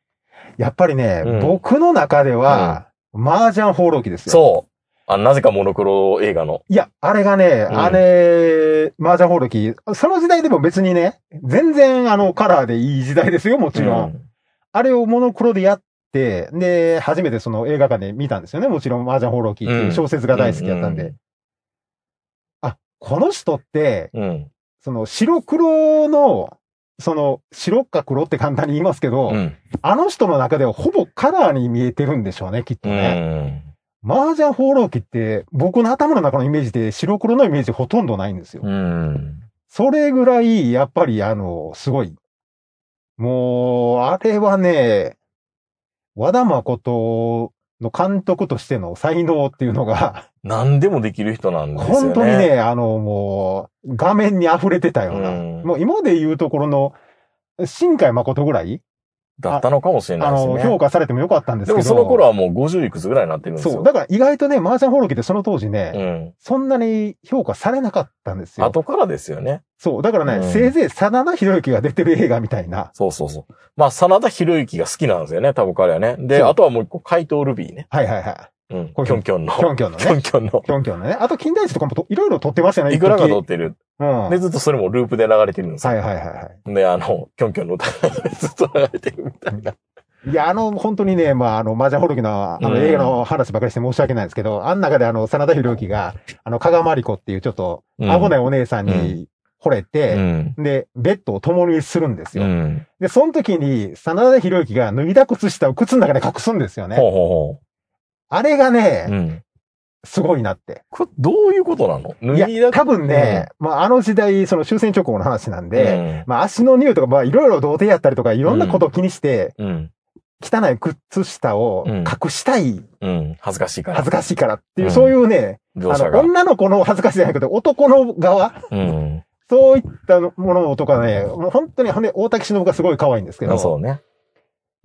Speaker 3: やっぱりね、
Speaker 2: うん
Speaker 3: 僕の中では、麻雀放浪記ですよ。
Speaker 2: そう。あなぜかモノクロ映画の。
Speaker 3: いや、あれがね、
Speaker 2: ん
Speaker 3: あれ、麻雀放浪記、その時代でも別にね、全然あのカラーでいい時代ですよ、もちろん。
Speaker 2: うん
Speaker 3: あれをモノクロでやって、で、初めてその映画館で見たんですよね。もちろん、麻雀放浪記っていう小説が大好きだったんで。
Speaker 2: うんうん
Speaker 3: あ、この人って、
Speaker 2: うん。
Speaker 3: その白黒の、その白か黒って簡単に言いますけど、
Speaker 2: うん。
Speaker 3: あの人の中ではほぼカラーに見えてるんでしょうね、きっと
Speaker 2: う
Speaker 3: ね。
Speaker 2: ん。
Speaker 3: 麻雀放浪記って僕の頭の中のイメージで白黒のイメージほとんどないんですよ。
Speaker 2: うん。
Speaker 3: それぐらい、やっぱり、あの、すごい。もう、あれはね、和田誠の監督としての才能っていうのが、
Speaker 2: 何でもできる人なんですよね。
Speaker 3: 本当にね、あの、もう、画面に溢れてたような。
Speaker 2: うん
Speaker 3: もう今で言うところの、新海誠ぐらい、
Speaker 2: だったのかもしれな
Speaker 3: あ
Speaker 2: いです
Speaker 3: の、
Speaker 2: ね。
Speaker 3: 評価されてもよかったんです
Speaker 2: で
Speaker 3: けど。
Speaker 2: もその頃はもう50いくつぐらいになってるんですよ。
Speaker 3: そう。だから意外とね、麻雀放浪記ってその当時ね、
Speaker 2: うん。
Speaker 3: そんなに評価されなかったんですよ。
Speaker 2: 後からですよね。
Speaker 3: そう。だからね、
Speaker 2: うん
Speaker 3: せいぜい真田広之が出てる映画みたいな。
Speaker 2: そうそうそう。まあ、真田広之が好きなんですよね、多分彼はね。で、
Speaker 3: そう
Speaker 2: あとはもう一個、怪盗ルビーね。
Speaker 3: はいはいはい。
Speaker 2: うん。キ
Speaker 3: これ
Speaker 2: ョンキョンの。
Speaker 3: キョンキョンのね
Speaker 2: <laughs> キョンキョンの
Speaker 3: キ。ョンキョンのね。あと、金田一とかもといろいろ撮ってましたよね。
Speaker 2: いくらか撮
Speaker 3: 一
Speaker 2: っ
Speaker 3: 時
Speaker 2: てる。
Speaker 3: うん。は
Speaker 2: で、
Speaker 3: い
Speaker 2: ずっとそれもループで流れてるんですよ
Speaker 3: はいはいは
Speaker 2: で、あの、キョンキョンの歌 <laughs> がずっと流れてるみたいな。
Speaker 3: い。いや、あの、本当にね、まあ、あの、マジャホルキの、あ
Speaker 2: う
Speaker 3: の、
Speaker 2: ん
Speaker 3: 映画の話ばかりして申し訳ないですけど、あん中であの、真田広之が、あの、加賀まりこっていうちょっと、顎ないお姉さんに惚れ
Speaker 2: う
Speaker 3: て、
Speaker 2: ん。
Speaker 3: で、ベッドを共にするんです
Speaker 2: う
Speaker 3: よ。
Speaker 2: ん。
Speaker 3: で、その時に、真田広之が脱いだ靴下を靴の中で隠すんですよ
Speaker 2: ほ
Speaker 3: ね。
Speaker 2: うほ
Speaker 3: あれが
Speaker 2: うほう。う
Speaker 3: ね、
Speaker 2: ん。
Speaker 3: すごいなって。
Speaker 2: これ、どういうことなの
Speaker 3: い
Speaker 2: 脱ぎ
Speaker 3: や、
Speaker 2: だ
Speaker 3: 多分ね、まあ、あの時代、その終戦直後の話なんで、
Speaker 2: で、
Speaker 3: まあ、足の匂いとか、まあ、いろいろ童貞やったりとか、いろんなことを気にして、
Speaker 2: うん。
Speaker 3: 汚い靴下を
Speaker 2: うん
Speaker 3: 隠したい、
Speaker 2: うん。恥ずかしいから。
Speaker 3: 恥ずかしいからっていう、
Speaker 2: うん
Speaker 3: そういうね、
Speaker 2: 描
Speaker 3: あ
Speaker 2: 写
Speaker 3: の、
Speaker 2: が。
Speaker 3: 女の子の恥ずかしいじゃなくて、男の側、
Speaker 2: うん。
Speaker 3: そういったものとかね、もう本当に、ほんで、大滝忍がすごい可愛いんですけど、
Speaker 2: そうね。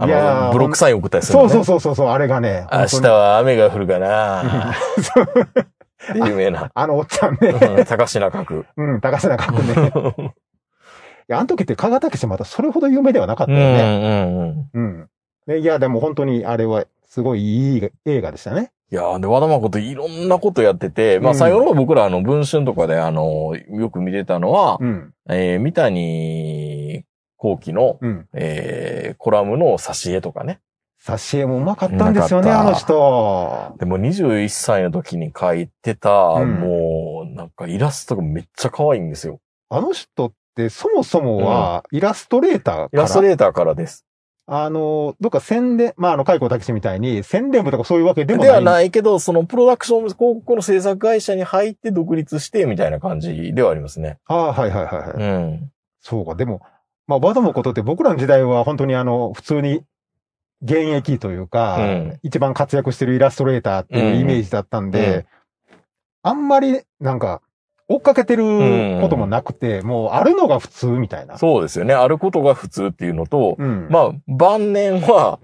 Speaker 2: あ
Speaker 3: いや
Speaker 2: の、
Speaker 3: ー
Speaker 2: ブロックサイン送ったりする
Speaker 3: そ
Speaker 2: の
Speaker 3: う
Speaker 2: ね。
Speaker 3: そうそうそうそう、あれがね、
Speaker 2: 明
Speaker 3: 本
Speaker 2: 日
Speaker 3: 当に
Speaker 2: は雨が降るかな <laughs> 有名な。
Speaker 3: あのおっちゃん
Speaker 2: う
Speaker 3: ね、
Speaker 2: ん高階角。
Speaker 3: うん、高瀬中君 <laughs> ね。
Speaker 2: <laughs>
Speaker 3: いや、あの時って、加賀武士まだそれほど有名ではなかった
Speaker 2: うんう
Speaker 3: よね。
Speaker 2: んうん。
Speaker 3: うん。でいや、でも本当にあれは、すごいいい映画でしたね。
Speaker 2: いやーで、和田誠いろんなことやってて、まあ
Speaker 3: うん
Speaker 2: 最後の方僕らあの、文春とかであの、よく見てたのは、
Speaker 3: うん。
Speaker 2: えー、三谷後期の、
Speaker 3: うん。
Speaker 2: えー、コラムの挿絵とかね。
Speaker 3: 挿絵もうまかったんですよね、
Speaker 2: うま
Speaker 3: あ
Speaker 2: か
Speaker 3: の
Speaker 2: った
Speaker 3: 人。
Speaker 2: でも21歳の時に描いてた、
Speaker 3: ん
Speaker 2: もう、なんかイラストがめっちゃ可愛いんですよ。
Speaker 3: あの人って、そもそもは、イラストレーターから、
Speaker 2: イラストレーターからです。
Speaker 3: あの、どっか宣伝、まあ、あの、海光武史みたいに、宣伝部とかそういうわけで
Speaker 2: で
Speaker 3: も
Speaker 2: は
Speaker 3: ない。
Speaker 2: ないけど、そのプロダクション、広告の制作会社に入って独立して、みたいな感じではありますね。
Speaker 3: ああ、はいはいはいはい。
Speaker 2: うん。
Speaker 3: そうか、でも、まあ、和田のことって僕らの時代は本当にあの、普通に、現役というか、
Speaker 2: うん
Speaker 3: 一番活躍してるイラストレーターっていうイメージだったんで、あんまりなんか、追っかけてることもなくて、もうあるのが普通みたいな。
Speaker 2: そうですよね。あることが普通っていうのと、
Speaker 3: うん。、
Speaker 2: まあ、晩年は、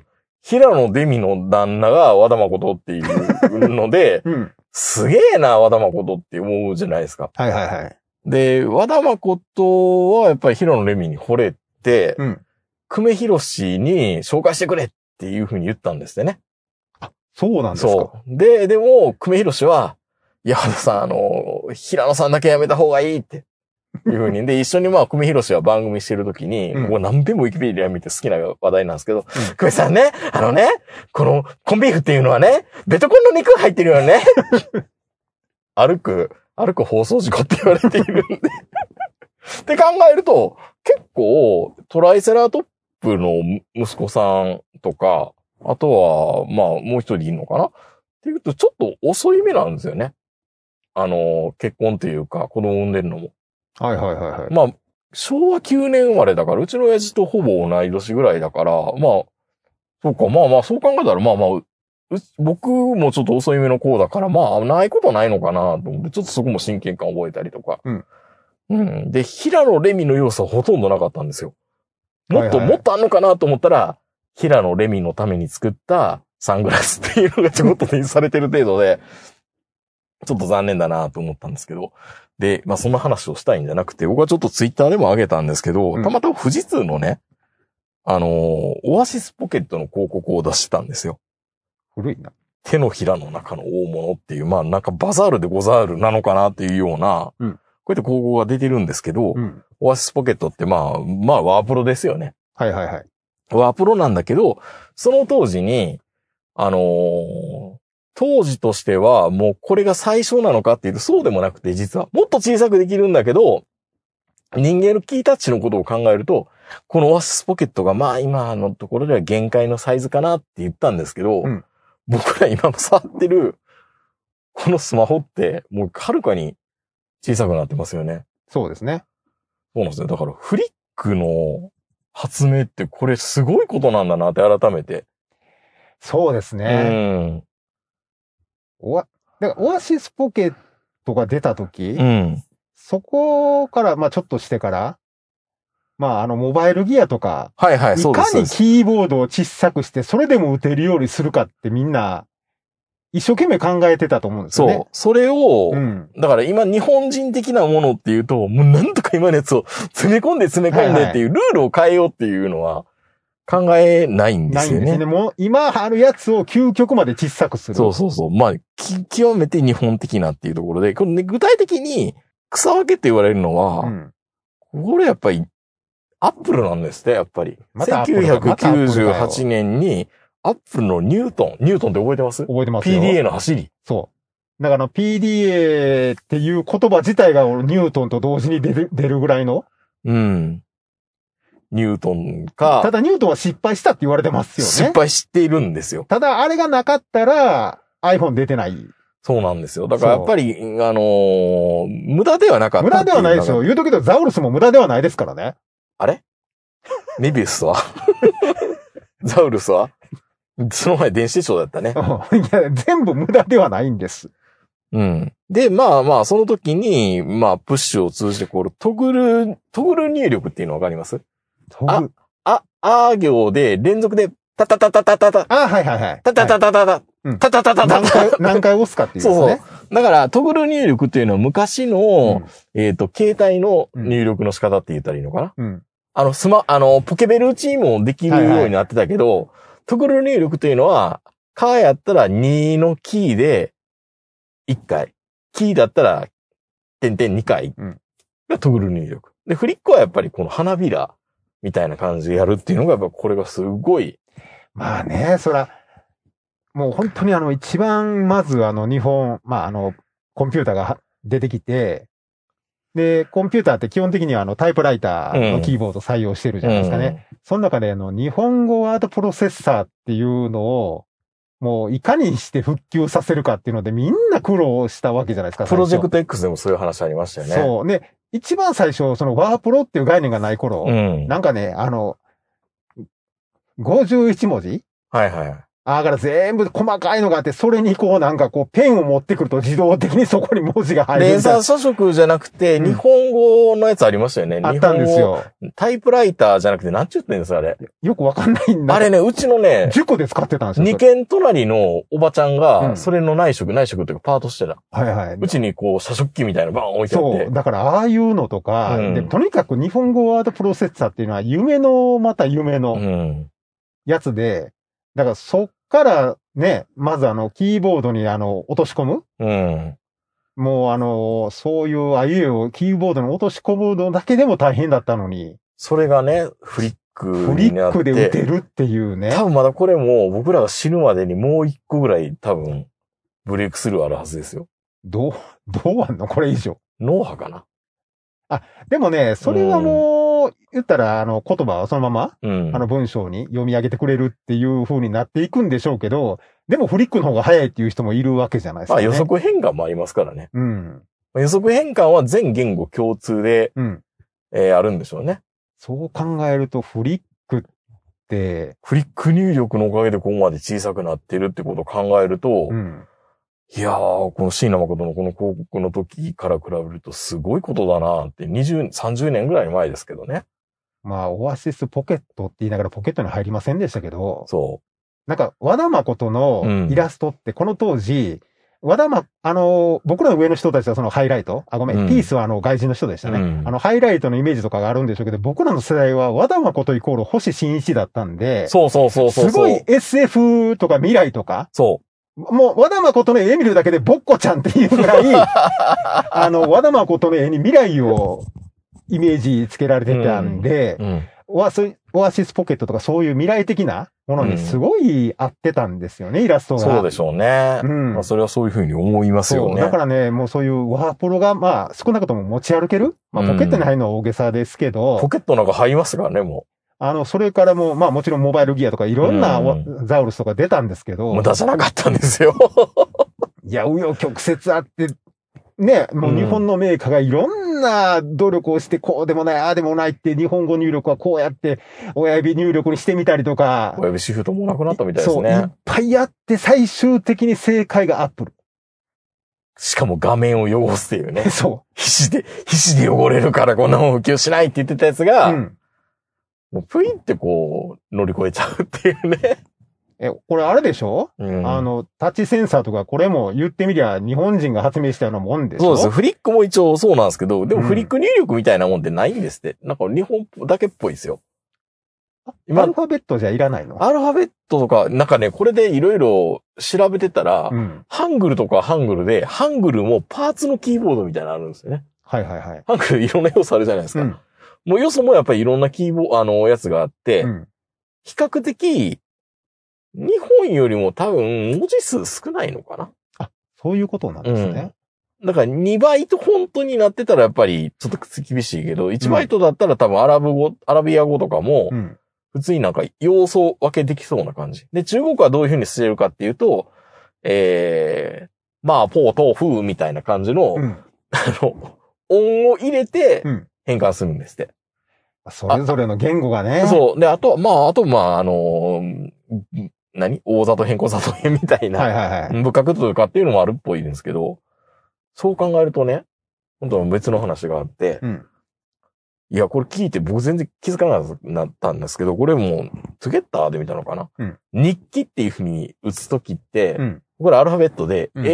Speaker 2: 平野デミの旦那が和田誠っていうので
Speaker 3: <laughs> うん。
Speaker 2: すげえな、和田誠って思うじゃないですか。
Speaker 3: はいはいはい。
Speaker 2: で、和田誠はやっぱり平野レミに惚れて、
Speaker 3: うん。
Speaker 2: 久米博士に紹介してくれっていうふうに言ったんですよね。
Speaker 3: そうなんですか。
Speaker 2: そう。で、でも、久米博士は、いや、和田さん、あの、平野さんだけやめた方がいいって。いうふうに。で、一緒にまあ、久米博士は番組してるときに、
Speaker 3: うん
Speaker 2: もう何遍もウィキペディア見て好きな話題なんですけど、久米さんね、あのね、このコンビーフっていうのはね、ベトコンの肉が入ってるよね。 <laughs> 歩く、歩く放送事故って言われているんで。って考えると、結構、トライセラトップの息子さんとか、あとは、まあ、もう一人いるのかなっていうと、ちょっと遅い目なんですよね。あの、結婚というか、子供産んでるのも。
Speaker 3: はいはいはいはい。
Speaker 2: まあ、昭和9年生まれだから、うちの親父とほぼ同い年ぐらいだから、まあ、そうか、まあまあ、そう考えたら、まあまあ、う僕もちょっと遅い目の子だから、まあ、ないことはないのかなと思って、ちょっとそこも親近感覚えたりとか。
Speaker 3: うん。
Speaker 2: うん。で、平野レミの要素はほとんどなかったんですよ。もっと、
Speaker 3: はいはい
Speaker 2: もっとあんのかなと思ったら、平野レミのために作ったサングラスっていうのがちょこっと展示されてる程度で、ちょっと残念だなと思ったんですけど。で、まあその話をしたいんじゃなくて、僕はちょっとツイッターでも上げたんですけど、
Speaker 3: うん
Speaker 2: たまたま富士通のね、あのーオアシスポケットの広告を出してたんですよ。
Speaker 3: 古いな。
Speaker 2: 手のひらの中の大物っていう、まあなんかバザールでござるなのかなっていうような、
Speaker 3: うん
Speaker 2: こうやって広告が出てるんですけど、
Speaker 3: うん。
Speaker 2: オアシスポケットってまあ、まあワープロですよね。
Speaker 3: はいはいはい。
Speaker 2: ワープロなんだけど、その当時に、あのー当時としてはもうこれが最小なのかっていうとそうでもなくて実はもっと小さくできるんだけど、人間のキータッチのことを考えると、このオアシスポケットがまあ今のところでは限界のサイズかなって言ったんですけど、
Speaker 3: うん
Speaker 2: 僕ら今も触ってるこのスマホってもうはるかに小さくなってますよね。
Speaker 3: そうですね。
Speaker 2: そうなんですよ。だからフリックの発明ってこれすごいことなんだなって改めて。
Speaker 3: そうですね。おわ、だから、オアシスポケットが出た時、
Speaker 2: うん。うん。
Speaker 3: そこから、まあちょっとしてから、まああの、モバイルギアとか、
Speaker 2: はいはい、
Speaker 3: い
Speaker 2: そうで
Speaker 3: か
Speaker 2: す。そう
Speaker 3: に
Speaker 2: です
Speaker 3: キーボードを小さくして、それでも打てるようにするかってみんな、一生懸命考えてたと思うんですよ
Speaker 2: そ
Speaker 3: ね。
Speaker 2: う。それを、
Speaker 3: うん。
Speaker 2: だから今日本人的なものっていう <laughs> と、もうなんとか今のやつを詰め込んで詰め込んでっていうルールを変えようっていうのは、考えないんで
Speaker 3: ない
Speaker 2: す
Speaker 3: ん
Speaker 2: よ
Speaker 3: です
Speaker 2: ね
Speaker 3: ね。。もう、今あるやつを究極まで小さくする。
Speaker 2: そうそうそう。まあ、き極めて日本的なっていうところで、これね、具体的に草分けって言われるの
Speaker 3: う
Speaker 2: は、
Speaker 3: ん。
Speaker 2: これやっぱり、アップルなんですね、やっぱり。
Speaker 3: またアップルだまたアップルだよ
Speaker 2: 1998年に、アップルのニュートン、ニュートンって覚えてます
Speaker 3: 覚えてますよ。
Speaker 2: ?PDA の走り。
Speaker 3: そう。だから PDA っていう言葉自体がニュートンと同時に出る出るぐらいの。
Speaker 2: うん。ニュートンか
Speaker 3: ただニュートンは失敗したって言われてますよね。
Speaker 2: 失敗しているんですよ。
Speaker 3: ただあれがなかったら iPhone 出てない。
Speaker 2: そうなんですよ。だからやっぱり、あのー無駄ではなかっ
Speaker 3: 無
Speaker 2: たって
Speaker 3: 駄
Speaker 2: う
Speaker 3: ではないですよ。。言うときとザウルスも無駄ではないですからね。 <laughs>
Speaker 2: メビウスは <laughs> ザウルスは <laughs> その前電子書だったね。
Speaker 3: うんいや、全部無駄ではないんです。
Speaker 2: うん。で、まあまあ、その時に、まあ、プッシュを通じて、これ、トグル、トグル入力っていうのわかりますあ
Speaker 3: あ
Speaker 2: あ、あー行で連続で、タタタタタタタ、
Speaker 3: あ、はいはいはい。
Speaker 2: タタタタタタ
Speaker 3: うん、
Speaker 2: タタタタタ
Speaker 3: 何
Speaker 2: タ。
Speaker 3: 回、何回押すかっていうですね。
Speaker 2: そうだから、トグル入力っていうのは昔の、えっと、携帯の入力の仕方って言ったらいいのかな
Speaker 3: うん。うん。
Speaker 2: あの、スマ、あの、ポケベルチームもできるようになってたけど、トグル入力というのは、カーやったら2のキーで1回。キーだったら、点々2回
Speaker 3: うん
Speaker 2: がトグル入力。で、フリックはやっぱりこの花びらみたいな感じでやるっていうのが、やっぱこれがすごい、
Speaker 3: まあね、そら、もう本当にあの一番まずあの日本、まああの、コンピューターが出てきて、で、コンピューターって基本的にはあのタイプライターのキーボード採用してるじゃないですかね。その中であの日本語ワードプロセッサーっていうのを、もういかにして復旧させるかっていうのでみんな苦労したわけじゃないですか。
Speaker 2: うんプロジェク
Speaker 3: ト
Speaker 2: ト X でもそういう話ありましたよね。
Speaker 3: そう。ね、一番最初、そのワープロっていう概念がない頃、
Speaker 2: うん。
Speaker 3: なんかね、あの、51文字
Speaker 2: はいはい。
Speaker 3: ああ、だから全部細かいのがあって、それにこうなんかこうペンを持ってくると自動的にそこに文字が入る
Speaker 2: 連
Speaker 3: みたい
Speaker 2: 鎖
Speaker 3: な。
Speaker 2: 社色じゃなくて、
Speaker 3: うん
Speaker 2: 日本語のやつありましたよね。
Speaker 3: あったんですよ。
Speaker 2: 日本語。タイプライターじゃなくて、なんちゅってんですか、あれ。
Speaker 3: よくわかんないんだ。
Speaker 2: あれね、うちのね、
Speaker 3: 塾で使ってたんですよ。
Speaker 2: 二
Speaker 3: それ
Speaker 2: 軒隣のおばちゃん
Speaker 3: う
Speaker 2: が、
Speaker 3: ん
Speaker 2: それの内職、内職というかパートしてた。。
Speaker 3: はいはいう
Speaker 2: ちにこう、社食器みたいなのバーン置いてあっ
Speaker 3: そう。
Speaker 2: て。
Speaker 3: だから、ああいうのとか、
Speaker 2: うん
Speaker 3: で、とにかく日本語ワードプロセッサーっていうのは、夢の、また夢
Speaker 2: う
Speaker 3: の
Speaker 2: ん。
Speaker 3: やつで、だからそっからね、まずあの、キーボードにあの、落とし込む
Speaker 2: うん。
Speaker 3: もうあの、そういうあいうえをキーボードに落とし込むのだけでも大変だったのに、
Speaker 2: それがね、フリック
Speaker 3: フリ
Speaker 2: にな
Speaker 3: ッ
Speaker 2: っ
Speaker 3: クで打て
Speaker 2: て。
Speaker 3: るっていうね。
Speaker 2: 多分まだこれも、僕らが死ぬまでにもう一個ぐらい、多分、ブレイクスルーあるはずですよ。
Speaker 3: どう、 <laughs> どうあんのこれ以上。
Speaker 2: 脳波かな。
Speaker 3: でもね、それはもう、言ったら、あの、言葉はそのま
Speaker 2: うん。
Speaker 3: ま、あの、文章に読み上げてくれるっていう風になっていくんでしょうけど、でもフリックの方が早いっていう人もいるわけじゃないです
Speaker 2: ま
Speaker 3: か、
Speaker 2: あ
Speaker 3: ね。
Speaker 2: 予測変換もありますからね。
Speaker 3: うん。
Speaker 2: 予測変換は全言語共通で、
Speaker 3: うん。
Speaker 2: えーあるんでしょうね。
Speaker 3: そう考えると、フリックって、
Speaker 2: フリック入力のおかげでここまで小さくなってるってことを考えると、
Speaker 3: うん。
Speaker 2: いやー、この椎名誠のこの広告の時から比べるとすごいことだなって、20、30年ぐらい前ですけどね。
Speaker 3: まあ、オアシスポケットって言いながらポケットに入りませんでしたけど、
Speaker 2: そ
Speaker 3: なんか、和田誠の
Speaker 2: うん
Speaker 3: イラストって、この当時、和田ま、あの、僕らの上の人たちはそのハイライトあ、ごめん、
Speaker 2: うん
Speaker 3: ピースはあの外人の人でしたね。
Speaker 2: うん
Speaker 3: あの、ハイライトのイメージとかがあるんでしょうけど、僕らの世代は和田誠イコール星新一だったん
Speaker 2: う。
Speaker 3: で、
Speaker 2: そうそうそうそうそう。
Speaker 3: すごい SF とか未来とか、
Speaker 2: そ
Speaker 3: もう和田誠の絵見るだけでぼっこちゃんっていうぐらい、
Speaker 2: <laughs>
Speaker 3: あの、和田誠の絵に未来をイメージつけられてたんで、
Speaker 2: う。うん。
Speaker 3: オアシオアシスポケットとかそういう未来的なものにすごい合ってたんですよね、イラストが。
Speaker 2: そうでしょうね。
Speaker 3: うん
Speaker 2: まあ、それはそういうふうに思いますよ
Speaker 3: そう。
Speaker 2: ね。
Speaker 3: だからね、もうそういうワープロが、まあ、少なくとも持ち歩ける。まあ、
Speaker 2: うん
Speaker 3: ポケットに入るのは大げさですけど、
Speaker 2: ポケットなんか入りますからね、も
Speaker 3: あの、それからも、まあ、もちろんモバイルギアとかいろんな
Speaker 2: うん
Speaker 3: わザウルスとか出たんですけ
Speaker 2: う。
Speaker 3: ど
Speaker 2: 無、駄じゃなかったんですよ。 <laughs>
Speaker 3: いや、紆余曲折あって、ね、もう日本のメーカーがいろんな努力をして、こうでもない、ああでもないって、日本語入力はこうやって、親指入力にしてみたりとか、
Speaker 2: 親指シフトもなくなったみたいです
Speaker 3: そう、いっ
Speaker 2: ね。
Speaker 3: ぱいあって、最終的に正解がアップル。。
Speaker 2: しかも画面を汚すっていうね
Speaker 3: そ
Speaker 2: 皮脂で、皮脂で汚れるからこんなもん普及しないって言ってたや
Speaker 3: <laughs>
Speaker 2: つ
Speaker 3: う。
Speaker 2: が、
Speaker 3: うん。
Speaker 2: もうプインってこう、乗り越えちゃうっていうね。
Speaker 3: え、これあれでしょ、
Speaker 2: うん
Speaker 3: あの、タッチセンサーとか、これも言ってみりゃ、日本人が発明したようなもんでし
Speaker 2: そう
Speaker 3: ょ
Speaker 2: です。フリックも一応そうなんですけど、でも
Speaker 3: うん
Speaker 2: フリック入力みたいなもんってないんですって。なんか日本だけっぽいですよ。今
Speaker 3: アルファベットじゃいらないの
Speaker 2: アルファベットとか、なんかね、これでいろいろ調べてたら、
Speaker 3: うん。
Speaker 2: ハングルとかはハングルで、ハングルもパーツのキーボードみたいなのあるんですよね。
Speaker 3: はいはいはい。
Speaker 2: ハングルいろんな要素あるじゃないです
Speaker 3: う
Speaker 2: か。
Speaker 3: ん。
Speaker 2: もう要素もやっぱりいろんなキーボード、あの、やつがあって、
Speaker 3: うん。
Speaker 2: 比較的、日本よりも多分文字数少ないのかな。
Speaker 3: そういうことなんですね。
Speaker 2: だから2バイト本当になってたらやっぱりちょっと厳しいけど、1バイトだったら多分アラブ語、アラビア語とかも
Speaker 3: う、ん。
Speaker 2: 普通になんか要素分けできそうな感じ。で、中国はどういう風にしてるかっていうと、えー、まあ、ポー、トー、フーみたいな感じの、
Speaker 3: うん。
Speaker 2: あの、音を入れて
Speaker 3: うん
Speaker 2: 変換するんですって。
Speaker 3: それぞれの言語がね。
Speaker 2: そう。で、あとは、まあ、あと、まあ、あのー、ん何大里変更里変みたいな、
Speaker 3: はいはいはい。
Speaker 2: 部活とかっていうのもあるっぽいんですけど、そう考えるとね、本当は別の話があって、
Speaker 3: うん。
Speaker 2: いや、これ聞いて僕全然気づかなくなったんですけど、これもう、トゥゲッターで見たのかな、
Speaker 3: うん
Speaker 2: 日記っていうふうに打つときって、
Speaker 3: うん。
Speaker 2: これアルファベットで、
Speaker 3: うん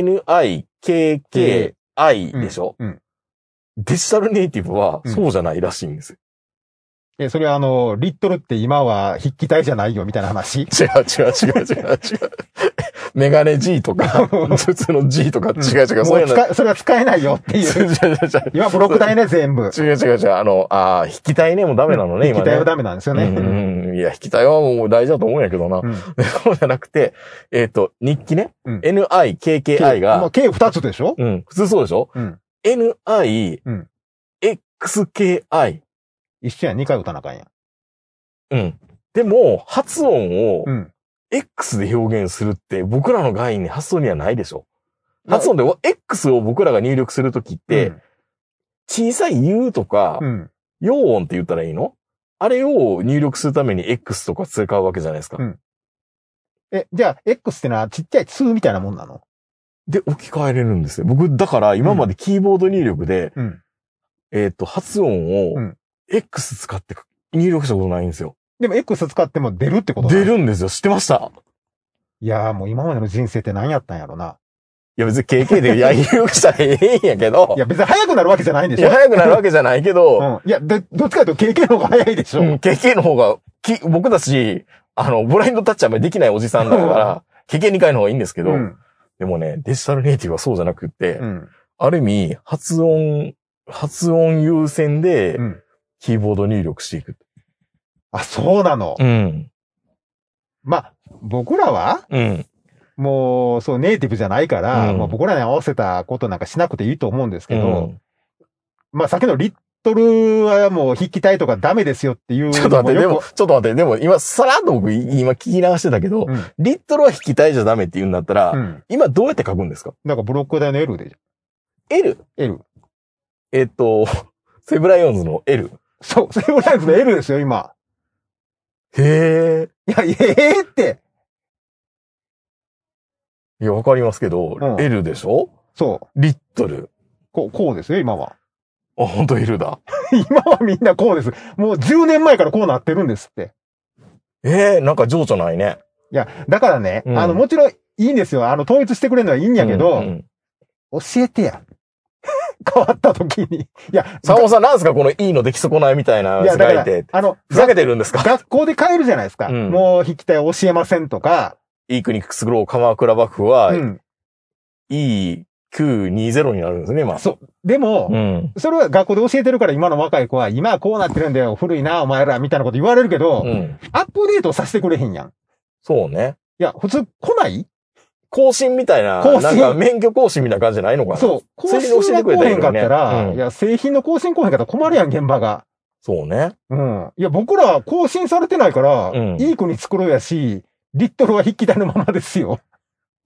Speaker 2: NIKKI でしょ、
Speaker 3: うん。
Speaker 2: デジタルネイティブは
Speaker 3: うん
Speaker 2: そうじゃないらしいんですよ。
Speaker 3: え、それはあの、リットルって今は筆記体じゃないよみたいな
Speaker 2: <laughs>
Speaker 3: 話
Speaker 2: 違う違う違う違う違う。メガネ G とか、普通の G とか違う違う、
Speaker 3: も
Speaker 2: そういううの。
Speaker 3: 使えそれは使えないよって
Speaker 2: <laughs> 違
Speaker 3: いうう。
Speaker 2: 違う違う
Speaker 3: 今ブロック体ね、全部。
Speaker 2: 違う違う違う、あの、ああ、引き体ね、もうダメなの
Speaker 3: 筆
Speaker 2: ね、今
Speaker 3: 記体
Speaker 2: ね
Speaker 3: は。ダメなんですよね。
Speaker 2: うんうんうん、いや、引き体はもう大事だと思うんやけどな。
Speaker 3: うん
Speaker 2: そうじゃなくて、えっ、と、日記ね。
Speaker 3: うん
Speaker 2: NIKKI
Speaker 3: まあ
Speaker 2: が、
Speaker 3: 計二つでしょ
Speaker 2: うん、普通そうでしょ
Speaker 3: うん。
Speaker 2: ?NI、
Speaker 3: うん
Speaker 2: XKI。
Speaker 3: 一緒やん、二回打たなあかんやん。
Speaker 2: うん。でも、発音を
Speaker 3: うん。
Speaker 2: X で表現するって、僕らの概念、発想にはないでしょ発音で、X を僕らが入力するときって、小さい U とか
Speaker 3: う、ん、
Speaker 2: 陽音って言ったらいいのあれを入力するために X とか使うわけじゃないですか
Speaker 3: うん。え、じゃあ、X ってのはちっちゃい数みたいなもんなの
Speaker 2: で、置き換えれるんですよ。僕、だから今までキーボード入力で、
Speaker 3: うん。
Speaker 2: えっ、と、発音を
Speaker 3: うん
Speaker 2: X 使って入力したことないんですよ。
Speaker 3: でも X 使っても出るってことなの
Speaker 2: 出るんですよ。知ってました
Speaker 3: いやーもう今までの人生って何やったんやろな。
Speaker 2: いや、別に KK
Speaker 3: <laughs>
Speaker 2: で、いや、入力したらええんやけど
Speaker 3: い、や、別に早くなるわけじゃないんで
Speaker 2: い
Speaker 3: しょ
Speaker 2: や、早くなるわけじゃないけど、
Speaker 3: うん。いや、で、どっちかというと経験の方が早いでしょ、
Speaker 2: うん、KK の方がき、僕たち、あの、ブラインドタッチあんまりできないおじさんだから、KK2 回の方がいいんですけど、
Speaker 3: うん。
Speaker 2: でもね、デジタルネイティブはそうじゃなくって、
Speaker 3: うん。
Speaker 2: ある意味、発音、発音優先で
Speaker 3: う、ん。
Speaker 2: キーボード入力していく。
Speaker 3: あ、そうなの。
Speaker 2: うん。
Speaker 3: まあ、僕らは、
Speaker 2: うん。
Speaker 3: もう、そう、ネイティブじゃないから、
Speaker 2: うん
Speaker 3: まあ僕らに合わせたことなんかしなくていいと思うんですけ
Speaker 2: う
Speaker 3: ど、
Speaker 2: ん
Speaker 3: まあ、さっきのリットルはもう筆記体とかダメですよっていう
Speaker 2: ちょっ
Speaker 3: の
Speaker 2: と待って、で
Speaker 3: よ
Speaker 2: も、
Speaker 3: く。
Speaker 2: ちょっと待って、でも今、さらっと僕、今聞き流してたけど、
Speaker 3: うん。
Speaker 2: リットルは引きたいじゃダメって言うんだったら、
Speaker 3: うん。
Speaker 2: 今どうやって書くんですか
Speaker 3: なんかブロック体の L で
Speaker 2: ?L。
Speaker 3: L。
Speaker 2: えっと、 <laughs> セブライオンズの L。
Speaker 3: <laughs> そう、セブライズの L ですよ、今。
Speaker 2: へえ。
Speaker 3: いや、ええって。
Speaker 2: いや、わかりますけど、
Speaker 3: うん
Speaker 2: L でしょ
Speaker 3: そう。
Speaker 2: リットル。
Speaker 3: こう、こうですよ、今は。 <laughs>
Speaker 2: あ、ほんと L だ。
Speaker 3: 今はみんなこうです。もう10年前からこうなってるんですって。
Speaker 2: ええなんか情緒ないね。
Speaker 3: いや、だからね、
Speaker 2: うん
Speaker 3: あの、もちろんいいんですよ。あの、統一してくれるのはいいんやけど、
Speaker 2: うんうん
Speaker 3: 教えてや。 <laughs> 変わった時に。いや、
Speaker 2: 坂本さん、なんすかこの E の出来損ないみたいないや
Speaker 3: や、
Speaker 2: つ
Speaker 3: だ
Speaker 2: 書
Speaker 3: か
Speaker 2: いて
Speaker 3: ら。、あの、
Speaker 2: ふざけてるんですか
Speaker 3: 学校で変えるじゃないですか。
Speaker 2: うん
Speaker 3: もう筆記体教えませんとか、
Speaker 2: いい国くすぐろう鎌倉幕府は、
Speaker 3: うん。
Speaker 2: E920 になるんですね、今。
Speaker 3: そう。でも、
Speaker 2: うん。
Speaker 3: それは学校で教えてるから今の若い子は、今はこうなってるんだよ、古いな、お前ら、みたいなこと言われるけど、
Speaker 2: うん。
Speaker 3: アップデートさせてくれへんやん。い
Speaker 2: そうね。
Speaker 3: や、普通来ない
Speaker 2: 更新みたいな、
Speaker 3: 更
Speaker 2: な
Speaker 3: 新
Speaker 2: んか免許更新みたいな感じじゃないのかな
Speaker 3: そう。
Speaker 2: そ
Speaker 3: 更
Speaker 2: れで教
Speaker 3: 新
Speaker 2: えて
Speaker 3: が
Speaker 2: く
Speaker 3: 来へ
Speaker 2: れたらいい
Speaker 3: ん
Speaker 2: の
Speaker 3: か
Speaker 2: に
Speaker 3: っ
Speaker 2: ね
Speaker 3: たら、
Speaker 2: うん
Speaker 3: いや、製品の更新来へんかったら困るやん、現場が。
Speaker 2: そうね。
Speaker 3: うん。いや、僕ら更新されてないから、
Speaker 2: うん
Speaker 3: いい国作ろうやし、リットルは筆記体のままですよ。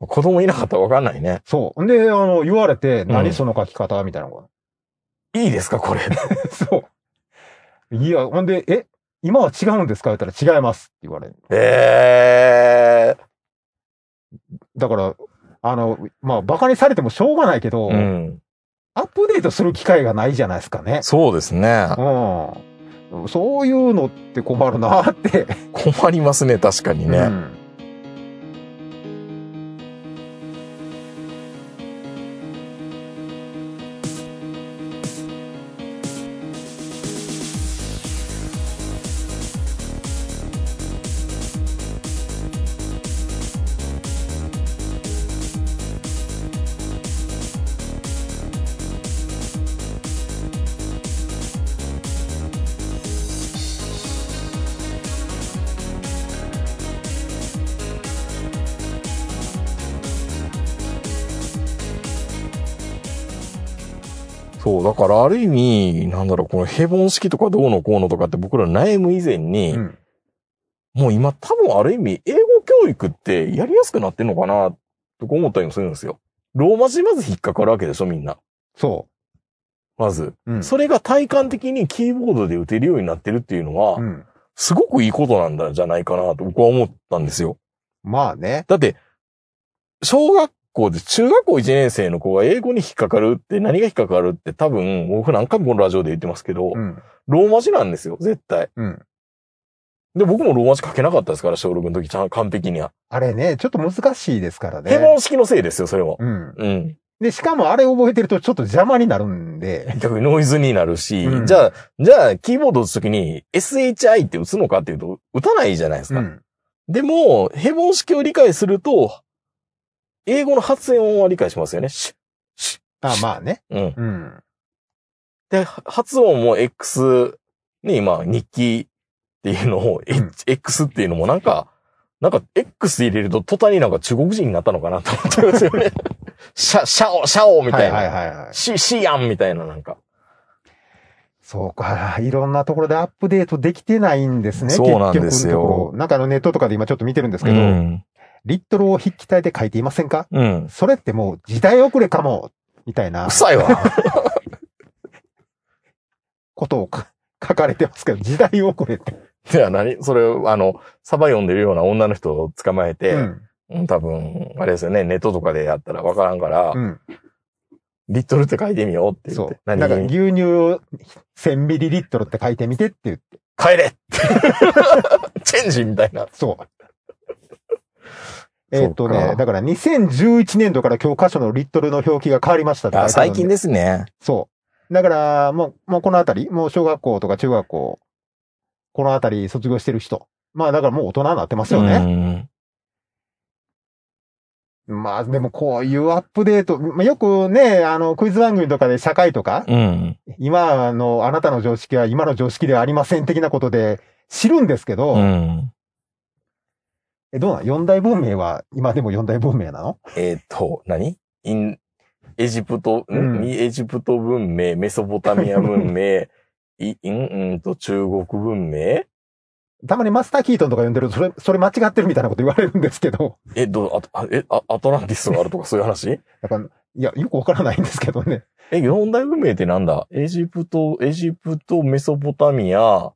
Speaker 2: 子供いなかったらわかんないね。
Speaker 3: そう。んで、あの、言われて、
Speaker 2: ん
Speaker 3: 何その書き方みたいなこと。
Speaker 2: いいですか、
Speaker 3: <laughs>
Speaker 2: これ。
Speaker 3: そう。いや、ほんで、え、今は違うんですか言ったら違いますって言われる。
Speaker 2: ええ
Speaker 3: だから、あの、まあ、馬鹿にされてもしょうがないけど、
Speaker 2: うん。
Speaker 3: アップデートする機会がないじゃないですかね。
Speaker 2: そうですね。
Speaker 3: うん。そういうのって困るなって。
Speaker 2: 困りますね、確かにね。
Speaker 3: うん
Speaker 2: そう、だからある意味、なんだろう、このヘボン式とかどうのこうのとかって僕ら悩む以前に、
Speaker 3: うん。
Speaker 2: もう今多分ある意味、英語教育ってやりやすくなってんのかな、とか思ったりもするんですよ。ローマ字まず引っかかるわけでしょ、みんな。
Speaker 3: そ
Speaker 2: まず。
Speaker 3: う。うん。
Speaker 2: それが体感的にキーボードで打てるようになってるっていうのは
Speaker 3: う、ん。
Speaker 2: すごくいいことなんだじゃないかなと僕は思ったんですよ。
Speaker 3: まあね。
Speaker 2: だって、小学校で中学校1年生の子が英語に引っかかるって何が引っかかるって多分、僕何回もこのラジオで言ってますけど、
Speaker 3: うん。
Speaker 2: ローマ字なんですよ、絶対。
Speaker 3: うん。
Speaker 2: で、僕もローマ字書けなかったですから、小6の時ちゃん完璧には。
Speaker 3: あれね、ちょっと難しいですからね。
Speaker 2: ヘボン式のせいですよ、それも。
Speaker 3: うん。
Speaker 2: うん。
Speaker 3: で、しかもあれ覚えてるとちょっと邪魔になるんで、
Speaker 2: 逆にノイズになるし、
Speaker 3: うん
Speaker 2: じゃあ、じゃあ、キーボード打つときに SHI って打つのかっていうと、打たないじゃないです
Speaker 3: う
Speaker 2: か。
Speaker 3: ん。
Speaker 2: でも、ヘボン式を理解すると、英語の発音は理解しますよね。シュ
Speaker 3: あまあね。
Speaker 2: うん。
Speaker 3: うん。
Speaker 2: で、は発音も X に、まあ、日記っていうのを、
Speaker 3: ん
Speaker 2: H X っていうのもなんか、なんか X で入れると途端になんか中国人になったのかなと思ってますよ <laughs> ね。シャ、シャオ、シャオみ
Speaker 3: は
Speaker 2: た
Speaker 3: い
Speaker 2: いな。
Speaker 3: はいはいはい。
Speaker 2: シ、シアンみたいななんか。
Speaker 3: そうか。いろんなところでアップデートできてないんですね。
Speaker 2: そうなんです
Speaker 3: 結局の
Speaker 2: よ
Speaker 3: ところなんかあのネットとかで今ちょっと見てるんですけど、
Speaker 2: うん。
Speaker 3: リットルを筆記体で書いていませんか
Speaker 2: うん。
Speaker 3: それってもう時代遅れかも、みたいな
Speaker 2: うさいわ。
Speaker 3: ことをか書かれてますけど、時代遅れって。
Speaker 2: では何それ、あの、サバ読んでるような女の人を捕まえて、
Speaker 3: うん。
Speaker 2: うん多分、あれですよね、ネットとかでやったらわからんから、
Speaker 3: うん。
Speaker 2: リットルって書いてみようって言
Speaker 3: そ
Speaker 2: って
Speaker 3: う。、だ
Speaker 2: 何
Speaker 3: から牛乳を1000ミリリットルって書いてみてって言って、
Speaker 2: 帰れ <laughs> チェンジみたいな。 <laughs>
Speaker 3: そう。えっと
Speaker 2: そうか
Speaker 3: ね、だから2011年度から教科書のリットルの表記が変わりましたって書いてあるんで。
Speaker 2: ですね。
Speaker 3: そう。だから、もう、もうこのあたり、もう小学校とか中学校、このあたり卒業してる人。まあだからもう大人になってますよね。
Speaker 2: ね。
Speaker 3: まあでもこういうアップデート、まあ、よくね、あの、クイズ番組とかで社会とか、
Speaker 2: うん。
Speaker 3: 今のあなたの常識は今の常識ではありません的なことで知るんですけど、
Speaker 2: うん。
Speaker 3: えどうなん四大文明は今でも四大文明なの
Speaker 2: えっと、何イン、エジプト、ん
Speaker 3: うん
Speaker 2: エジプト文明、メソポタミア文 <laughs> 明、い、ん、うんと中国文明
Speaker 3: たまにマスター・キートンとか呼んでると、それ、それ間違ってるみたいなこと言われるんですけど、
Speaker 2: え、どう、あと、あえ、あアトランティスがあるとかそういう話 <laughs>
Speaker 3: だから、いや、よくわからないんですけどね。
Speaker 2: え、四大文明ってなんだエジプト、エジプト、メソポタミア、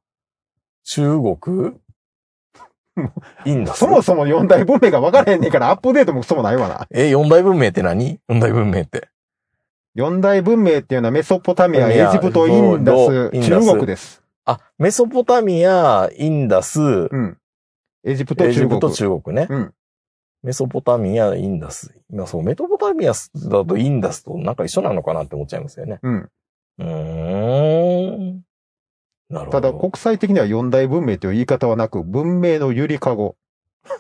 Speaker 2: 中 <laughs> 国インダス
Speaker 3: そもそも四大文明が分からへんねんから、アップデートもクソもないわな。
Speaker 2: え、四大文明って何四大文明って。
Speaker 3: 四大文明っていうのはメソポタミア、
Speaker 2: い
Speaker 3: エ
Speaker 2: や
Speaker 3: ジプト、インダ
Speaker 2: インダ
Speaker 3: ス、
Speaker 2: ス
Speaker 3: 中国です。
Speaker 2: あ、メソポタミア、インダス、
Speaker 3: うん。エジプト、
Speaker 2: エジ
Speaker 3: 中
Speaker 2: プ
Speaker 3: 国。
Speaker 2: ト、中国ね。
Speaker 3: うん
Speaker 2: メソポタミア、インダス。今そう、メソポタミアだとインダスとなんか一緒なのかなって思っちゃいますよね。
Speaker 3: うん。
Speaker 2: うーん。なるほ
Speaker 3: た
Speaker 2: ど。
Speaker 3: だ、国際的には四大文明という言い方はなく、文明のゆりかご。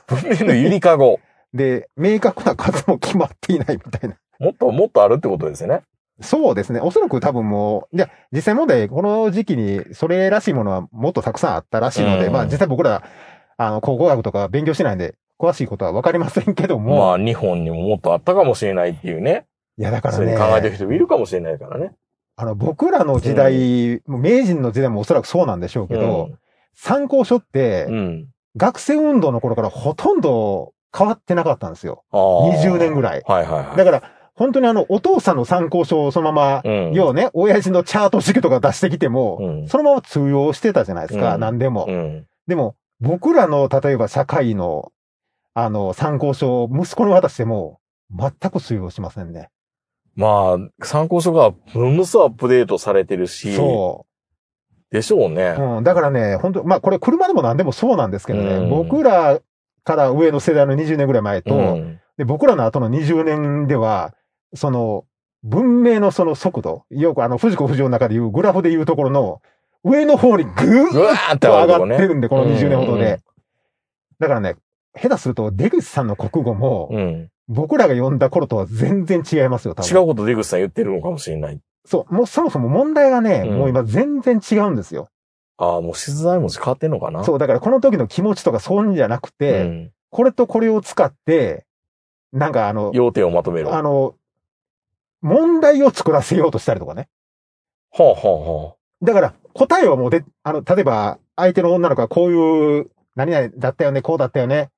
Speaker 2: 文明のゆりかご。
Speaker 3: で、明確な数も決まっていないみたいな。
Speaker 2: もっともっとあるってことですよね。
Speaker 3: そうですね。おそらく多分もう、じゃあ実際問題、この時期にそれらしいものはもっとたくさんあったらしいので、
Speaker 2: うん
Speaker 3: まあ実際僕ら、あの、考古学とか勉強しないんで、詳しいことはわかりませんけども、
Speaker 2: まあ、日本にももっとあったかもしれないっていうね。
Speaker 3: いやだから
Speaker 2: そういうふうに考えて
Speaker 3: ね、
Speaker 2: る人もいるかもしれないからね。
Speaker 3: あの、僕らの時代、もう明治の時代もおそらくそうなんでしょうけど、参考書って、
Speaker 2: うん。うん。
Speaker 3: 学生運動の頃からほとんど変わってなかったんですよ。
Speaker 2: ああ。
Speaker 3: 20年ぐらい
Speaker 2: はいはいはい。
Speaker 3: だから、本当にあの、お父さんの参考書をそのまま、
Speaker 2: うん。
Speaker 3: 要はね、親父のチャート式とか出してきても、
Speaker 2: うん
Speaker 3: そのまま通用してたじゃないですか、
Speaker 2: うん
Speaker 3: 何でも。
Speaker 2: うん。
Speaker 3: でも、僕らの、例えば社会の、あの、参考書を息子に渡しても、全く通用しませんね。
Speaker 2: まあ、参考書がものすごいアップデートされてるし、
Speaker 3: そ
Speaker 2: でしょうね
Speaker 3: う。。うん。だからね、本当まあ、これ車でも何でもそうなんですけどね、
Speaker 2: うん
Speaker 3: 僕らから上の世代の20年ぐらい前と、
Speaker 2: うん
Speaker 3: で、僕らの後の20年では、その、文明のその速度、よくあの、藤子不二雄の中でいう、グラフでいうところの、上の方にぐー
Speaker 2: ぐわー
Speaker 3: と
Speaker 2: って
Speaker 3: 上
Speaker 2: ると
Speaker 3: が
Speaker 2: こね
Speaker 3: ってるんで、この20年ほど
Speaker 2: うんうんう
Speaker 3: で。だからね、下手すると出口さんの国語も、
Speaker 2: うん。
Speaker 3: 僕らが読んだ頃とは全然違いますよ、多
Speaker 2: 違
Speaker 3: 分。
Speaker 2: うこと出口さん言ってるのかもしれない。
Speaker 3: そう、もうそもそも問題がね、
Speaker 2: うん
Speaker 3: もう今全然違うんですよ。
Speaker 2: ああ、もう資材文字変わってんのかな
Speaker 3: そう、だからこの時の気持ちとかそういうんじゃなく
Speaker 2: う
Speaker 3: て、
Speaker 2: ん。
Speaker 3: これとこれを使って、なんかあの、
Speaker 2: 要点をまとめろ。
Speaker 3: あの、問題を作らせようとしたりとかね。
Speaker 2: ほうほうほ
Speaker 3: だから、答えはもうで、あの、例えば、相手の女の子はこういう、何々だったよね、こうだったよね。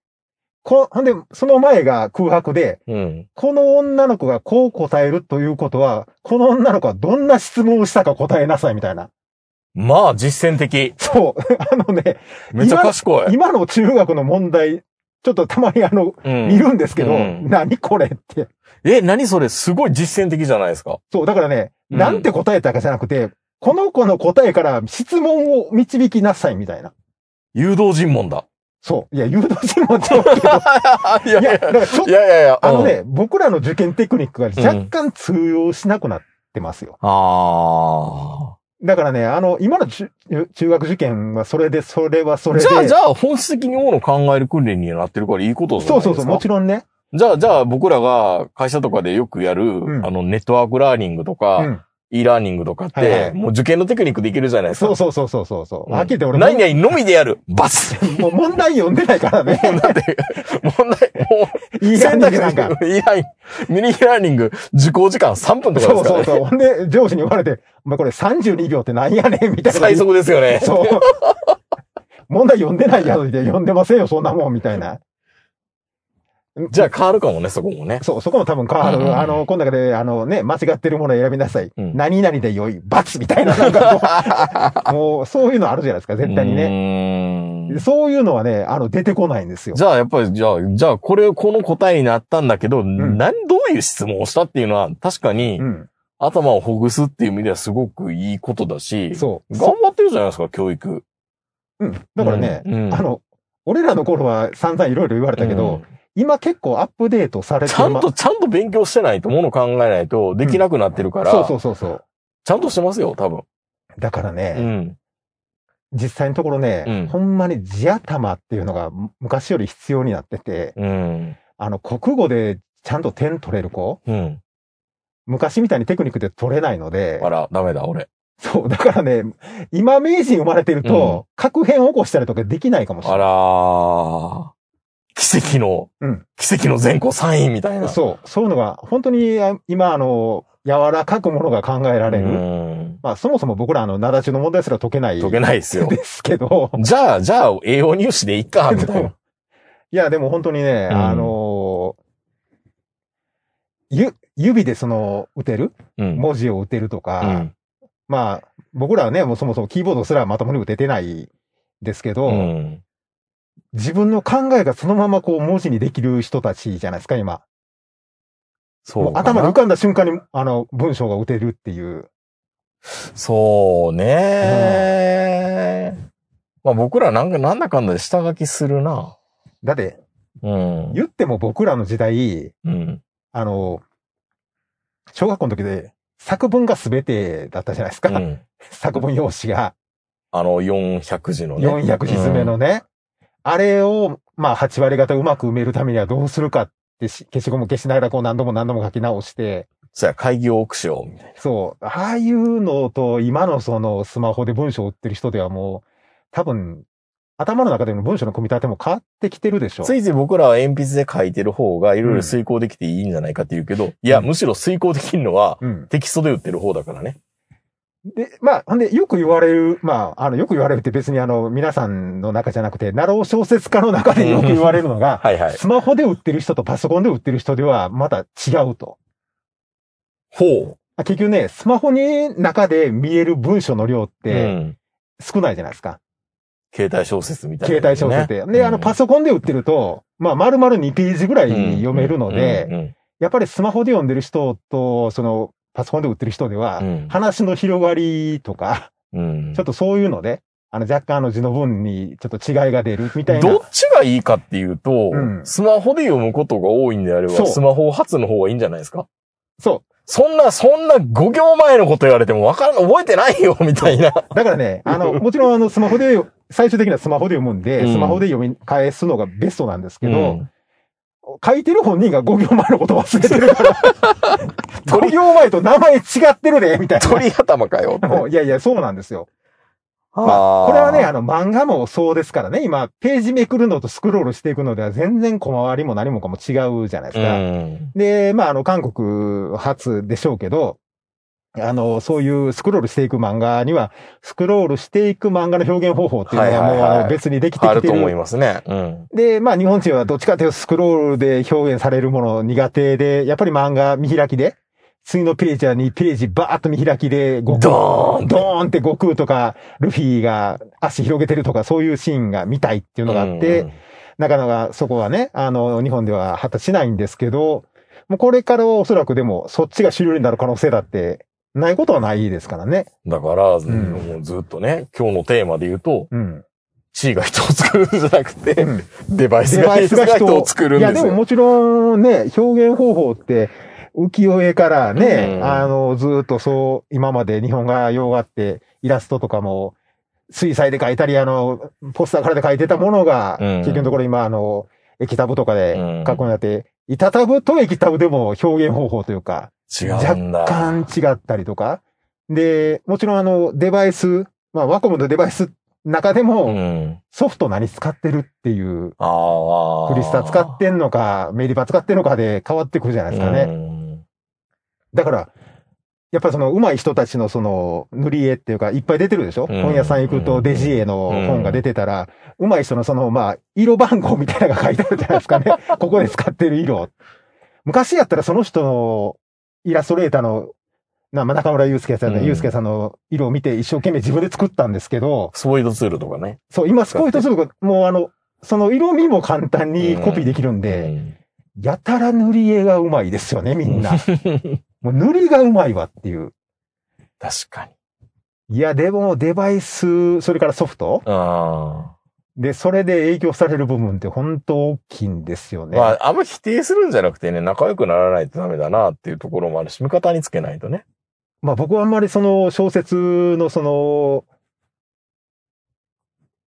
Speaker 3: こほんで、その前が空白で、
Speaker 2: う。うん。
Speaker 3: この女の子がこう答えるということは、この女の子はどんな質問をしたか答えなさいみたいな。
Speaker 2: まあ、実践的。
Speaker 3: そう。 <laughs> あのね、
Speaker 2: めっちゃ賢い。
Speaker 3: 今の中学の問題、ちょっとたまにあの、
Speaker 2: うん
Speaker 3: 見るんですけど、
Speaker 2: うん
Speaker 3: 何これって。
Speaker 2: え、何それすごい実践的じゃないですか。
Speaker 3: そう、だからね、
Speaker 2: うん
Speaker 3: なんて答えたかじゃなくて、この子の答えから質問を導きなさいみたいな。
Speaker 2: 誘導尋問だ。
Speaker 3: そう。いや、誘導尋問ちゃうけど。
Speaker 2: <laughs> い
Speaker 3: <laughs>
Speaker 2: や
Speaker 3: いや、だからちょっ
Speaker 2: い
Speaker 3: と、
Speaker 2: やいやいや。
Speaker 3: あの
Speaker 2: うん。
Speaker 3: ね、僕らの受験テクニックが若干通用しなくなってますよ。
Speaker 2: あ
Speaker 3: だからね、あの、今の中中学受験はそれで、それはそ
Speaker 2: あ。
Speaker 3: れで。
Speaker 2: じゃあ、じゃあ、本質的にものを考える訓練になってるからいいことじゃな
Speaker 3: そ
Speaker 2: いうで
Speaker 3: そうそ
Speaker 2: すか。
Speaker 3: う、もちろんね。
Speaker 2: じゃあ、じゃあ、僕らが会社とかでよくやる、
Speaker 3: ん
Speaker 2: あの、ネットワークラーニングとか、
Speaker 3: うん。
Speaker 2: e ラーニングとかって、
Speaker 3: はいはい
Speaker 2: もう受験のテクニックでいけるじゃないですか。
Speaker 3: そうそうそうそうそうそう。
Speaker 2: うん
Speaker 3: はっきり言って俺も
Speaker 2: 何々のみでやる。バ
Speaker 3: <laughs>
Speaker 2: ス
Speaker 3: もう問題読んでないからね。
Speaker 2: <laughs> もうだって、問題、も、
Speaker 3: いうい
Speaker 2: <laughs>
Speaker 3: 選
Speaker 2: 選択
Speaker 3: 択
Speaker 2: 肢
Speaker 3: 肢なんか。
Speaker 2: ミニラーニング、ミニラーニング、受講時間3分とかで
Speaker 3: そ
Speaker 2: す
Speaker 3: う
Speaker 2: から
Speaker 3: そうそう。
Speaker 2: ね。
Speaker 3: ほんで、上司に言われて、お前これ32秒ってなんやねんみたいな。
Speaker 2: 最速ですよね。
Speaker 3: そう。問題読んでないやつで読んでませんよ、そんなもん、みたいな。
Speaker 2: じゃあ変わるかもね、そこもね。
Speaker 3: そう、そこも多分変わ
Speaker 2: うんうんうん
Speaker 3: る。あの、こんだけで、あのね、間違ってるものを選びなさい。
Speaker 2: うん
Speaker 3: 何々で良い、罰みたいな、なんか
Speaker 2: <laughs>
Speaker 3: こうもう、そういうのあるじゃないですか、絶対にね。
Speaker 2: ね
Speaker 3: そういうのはね、あの、出てこないんですよ。
Speaker 2: じゃあ、やっぱり、じゃあ、じゃあ、これ、この答えになったんだけど、
Speaker 3: ん
Speaker 2: なん、どういう質問をしたっていうのは、確かに
Speaker 3: う、ん。
Speaker 2: 頭をほぐすっていう意味ではすごくいいことだし、
Speaker 3: そう。
Speaker 2: 頑張ってるじゃないですか、教育。
Speaker 3: うん。だからね、
Speaker 2: うんうん
Speaker 3: あの、俺らの頃は散々いろいろ言われたけど、
Speaker 2: うん
Speaker 3: 今結構アップデートされて
Speaker 2: ちゃん
Speaker 3: ま
Speaker 2: と、ちゃんと勉強してないと、もの考えないと、できなくなってるから、
Speaker 3: そうそうそうそう。
Speaker 2: ちゃんとしてますよ、多分。
Speaker 3: だからね、
Speaker 2: うん。
Speaker 3: 実際のところね、
Speaker 2: うん
Speaker 3: ほんまに地頭っていうのがむ昔より必要になってて、
Speaker 2: うん。
Speaker 3: あの、国語でちゃんと点取れる子、
Speaker 2: うん。
Speaker 3: 昔みたいにテクニックで取れないので、
Speaker 2: あら、ダメだ、俺。
Speaker 3: そう、だからね、今名人生まれてると、核変起こしたりとかできないかもしれ
Speaker 2: あ
Speaker 3: ない。
Speaker 2: らー、奇跡の、
Speaker 3: うん
Speaker 2: 奇跡の全校3位みたいな。
Speaker 3: そう、そういうのが、本当にあ今、あの、柔らかくものが考えられる。
Speaker 2: うん。
Speaker 3: まあ、そもそも僕ら、あの、なだちの問題すら解けない。
Speaker 2: 解けないで
Speaker 3: <laughs>
Speaker 2: すよ。
Speaker 3: ですけど、
Speaker 2: じゃあ、じゃあ、栄養入試でいっか、み
Speaker 3: <laughs>
Speaker 2: たいな。
Speaker 3: いや、でも本当にね、
Speaker 2: うん
Speaker 3: あのゆ、指でその、打てる
Speaker 2: うん。
Speaker 3: 文字を打てると
Speaker 2: う
Speaker 3: か、
Speaker 2: ん
Speaker 3: まあ、僕らはね、もうそもそもキーボードすらまともに打ててないですけど、
Speaker 2: うん。
Speaker 3: 自分の考えがそのままこう文字にできる人たちじゃないですか、今。
Speaker 2: そ
Speaker 3: も
Speaker 2: う
Speaker 3: う
Speaker 2: かな。
Speaker 3: 頭に浮かんだ瞬間に、あの、文章が打てるっていう。
Speaker 2: そうね、まあ僕らなんか、なんだかんだで下書きするな。
Speaker 3: だって、
Speaker 2: うん。
Speaker 3: 言っても僕らの時代、
Speaker 2: うん。
Speaker 3: あの、小学校の時で作文が全てだったじゃないですか。
Speaker 2: うん。
Speaker 3: <laughs> 作文用紙が。
Speaker 2: あの、400字のね。
Speaker 3: 400字詰めのね、あれを、まあ、8割方うまく埋めるためにはどうするかってし消しゴム消しながらこう何度も何度も書き直して、
Speaker 2: そうや、会議を多くしよう、みたいな。
Speaker 3: そう、ああいうのと今のそのスマホで文章を売ってる人ではもう、多分、頭の中での文章の組み立ても変わってきてるでしょ。
Speaker 2: ついつい僕らは鉛筆で書いてる方がいろいろ遂行できていいんじゃないかって言うけど、いや、
Speaker 3: うん
Speaker 2: むしろ遂行できるのは
Speaker 3: うん。
Speaker 2: テキストで打ってる方だからね。
Speaker 3: で、まあ、ほんで、よく言われる、まあ、あの、よく言われるって別にあの、皆さんの中じゃなくて、ナロー小説家の中でよく言われるのが、
Speaker 2: はいはい。
Speaker 3: スマホで売ってる人とパソコンで売ってる人ではまた違うと。
Speaker 2: ほう。
Speaker 3: あ結局ね、スマホに中で見える文章の量っ
Speaker 2: う
Speaker 3: て
Speaker 2: ん。
Speaker 3: 少ないじゃないですか。
Speaker 2: 携帯小説みたいな、
Speaker 3: 携帯小説で。
Speaker 2: ね
Speaker 3: で、あの、パソコンで売ってると、まあ、丸々2ページぐらい読めるので、
Speaker 2: うんうん
Speaker 3: やっぱりスマホで読んでる人と、その、パソコンで売ってる人では、
Speaker 2: うん
Speaker 3: 話の広がりとか、
Speaker 2: うんうん
Speaker 3: ちょっとそういうので、あの、若干あの字の文にちょっと違いが出るみたいな。
Speaker 2: どっちがいいかっていうと、
Speaker 3: うん
Speaker 2: スマホで読むことが多いんであれ
Speaker 3: そ
Speaker 2: ば、
Speaker 3: う
Speaker 2: スマホ発の方がいいんじゃないですか
Speaker 3: そ
Speaker 2: そんな、そんな5行前のこと言われてもわかん、覚えてないよ、 <laughs> みたいな。
Speaker 3: う。だからね、あの、もちろんあの、スマホで、最終的にはスマホで読むんで、
Speaker 2: うん
Speaker 3: スマホで読み返すのがベストなんですけど、
Speaker 2: うん
Speaker 3: 書いてる本人が5秒前のこと忘れてる
Speaker 2: <laughs>
Speaker 3: から、
Speaker 2: 鳥
Speaker 3: 5秒前と名前違ってるで、み
Speaker 2: <laughs>
Speaker 3: たい
Speaker 2: 鳥頭かよって。
Speaker 3: な。もういやいや、そうなんですよ。
Speaker 2: ま
Speaker 3: まあ、これはね、あの、漫画もそうですからね、今、ページめくるのとスクロールしていくのでは全然小回りも何もかも違うじゃないですか。
Speaker 2: うん
Speaker 3: で、まあ、あの、韓国発でしょうけど、あの、そういうスクロールしていく漫画には、スクロールしていく漫画の表現方法っていうの
Speaker 2: はい
Speaker 3: が
Speaker 2: はい
Speaker 3: もう
Speaker 2: はい
Speaker 3: あの別にできて
Speaker 2: あ
Speaker 3: き
Speaker 2: る
Speaker 3: て
Speaker 2: と思い
Speaker 3: る。
Speaker 2: ますね。うん。
Speaker 3: で、まあ日本人はどっちかというとスクロールで表現されるもの苦手で、やっぱり漫画見開きで、次のページは2ページバーッと見開きで、悟空
Speaker 2: ドーン
Speaker 3: ドーンって悟空とか、ルフィが足広げてるとか、そういうシーンが見たいっていうのがあって、
Speaker 2: うんうん
Speaker 3: なかなかそこはね、あの、日本では果たしないんですけど、もうこれからはおそらくでも、そっちが主流になる可能性だって、ないことはないですからね。
Speaker 2: だから、
Speaker 3: ん
Speaker 2: もうずっとね、今日のテーマで言うと、
Speaker 3: うん。
Speaker 2: C が人を作るんじゃなくて、
Speaker 3: うん
Speaker 2: デバイスが人を作るん
Speaker 3: いや、
Speaker 2: です
Speaker 3: でも
Speaker 2: よ。
Speaker 3: もちろんね、表現方法って、浮世絵からね、
Speaker 2: うん
Speaker 3: あの、ずっとそう、今まで日本が洋画って、イラストとかも、水彩で描いたり、あの、ポスターからで描いてたものが、
Speaker 2: うん
Speaker 3: 結局のところ今、あの、液タブとかで
Speaker 2: うん
Speaker 3: 書くようになって、板タブと液タブでも表現方法というか、
Speaker 2: 違うんだ。
Speaker 3: 勘違ったりとか。で、もちろんあの、デバイス、まあ、ワコムのデバイスの中で
Speaker 2: う
Speaker 3: も、
Speaker 2: ん。
Speaker 3: ソフト何使ってるっていう、
Speaker 2: あーあー。
Speaker 3: クリスタ使ってんのか、メリバ使ってんのかで変わってくるじゃないですかね。
Speaker 2: うん
Speaker 3: だから、やっぱりその上手い人たちのその塗り絵っていうかいっぱい出てるでしょ、
Speaker 2: うん
Speaker 3: 本屋さん行くとデジ絵の本が出てたら、上手い人のそのまあ色番号みたいなのが書いてあるじゃないですか
Speaker 2: <laughs>
Speaker 3: ね。ここで使ってる色。昔やったらその人のイラストレーターのなまあ中村祐介さんの、
Speaker 2: うん
Speaker 3: 祐介さんの色を見て一生懸命自分で作ったんですけど、
Speaker 2: スポイドツールとかね。
Speaker 3: そう、今すごいとすると、もうあの、その色味も簡単にコピーできるんで、
Speaker 2: うん
Speaker 3: やたら塗り絵がうまいです
Speaker 2: <laughs>
Speaker 3: よね、みんな。もう塗りがうまいわっていう。
Speaker 2: 確かに。
Speaker 3: いや、でもデバイス、それからソフト
Speaker 2: あ
Speaker 3: で、それで影響される部分って本当大きいんですよ
Speaker 2: あ。
Speaker 3: ね。
Speaker 2: まあ、あんま否定するんじゃなくてね、仲良くならないとダメだなっていうところもあるし、味方につけないとね。
Speaker 3: まあ僕はあんまりその小説のその、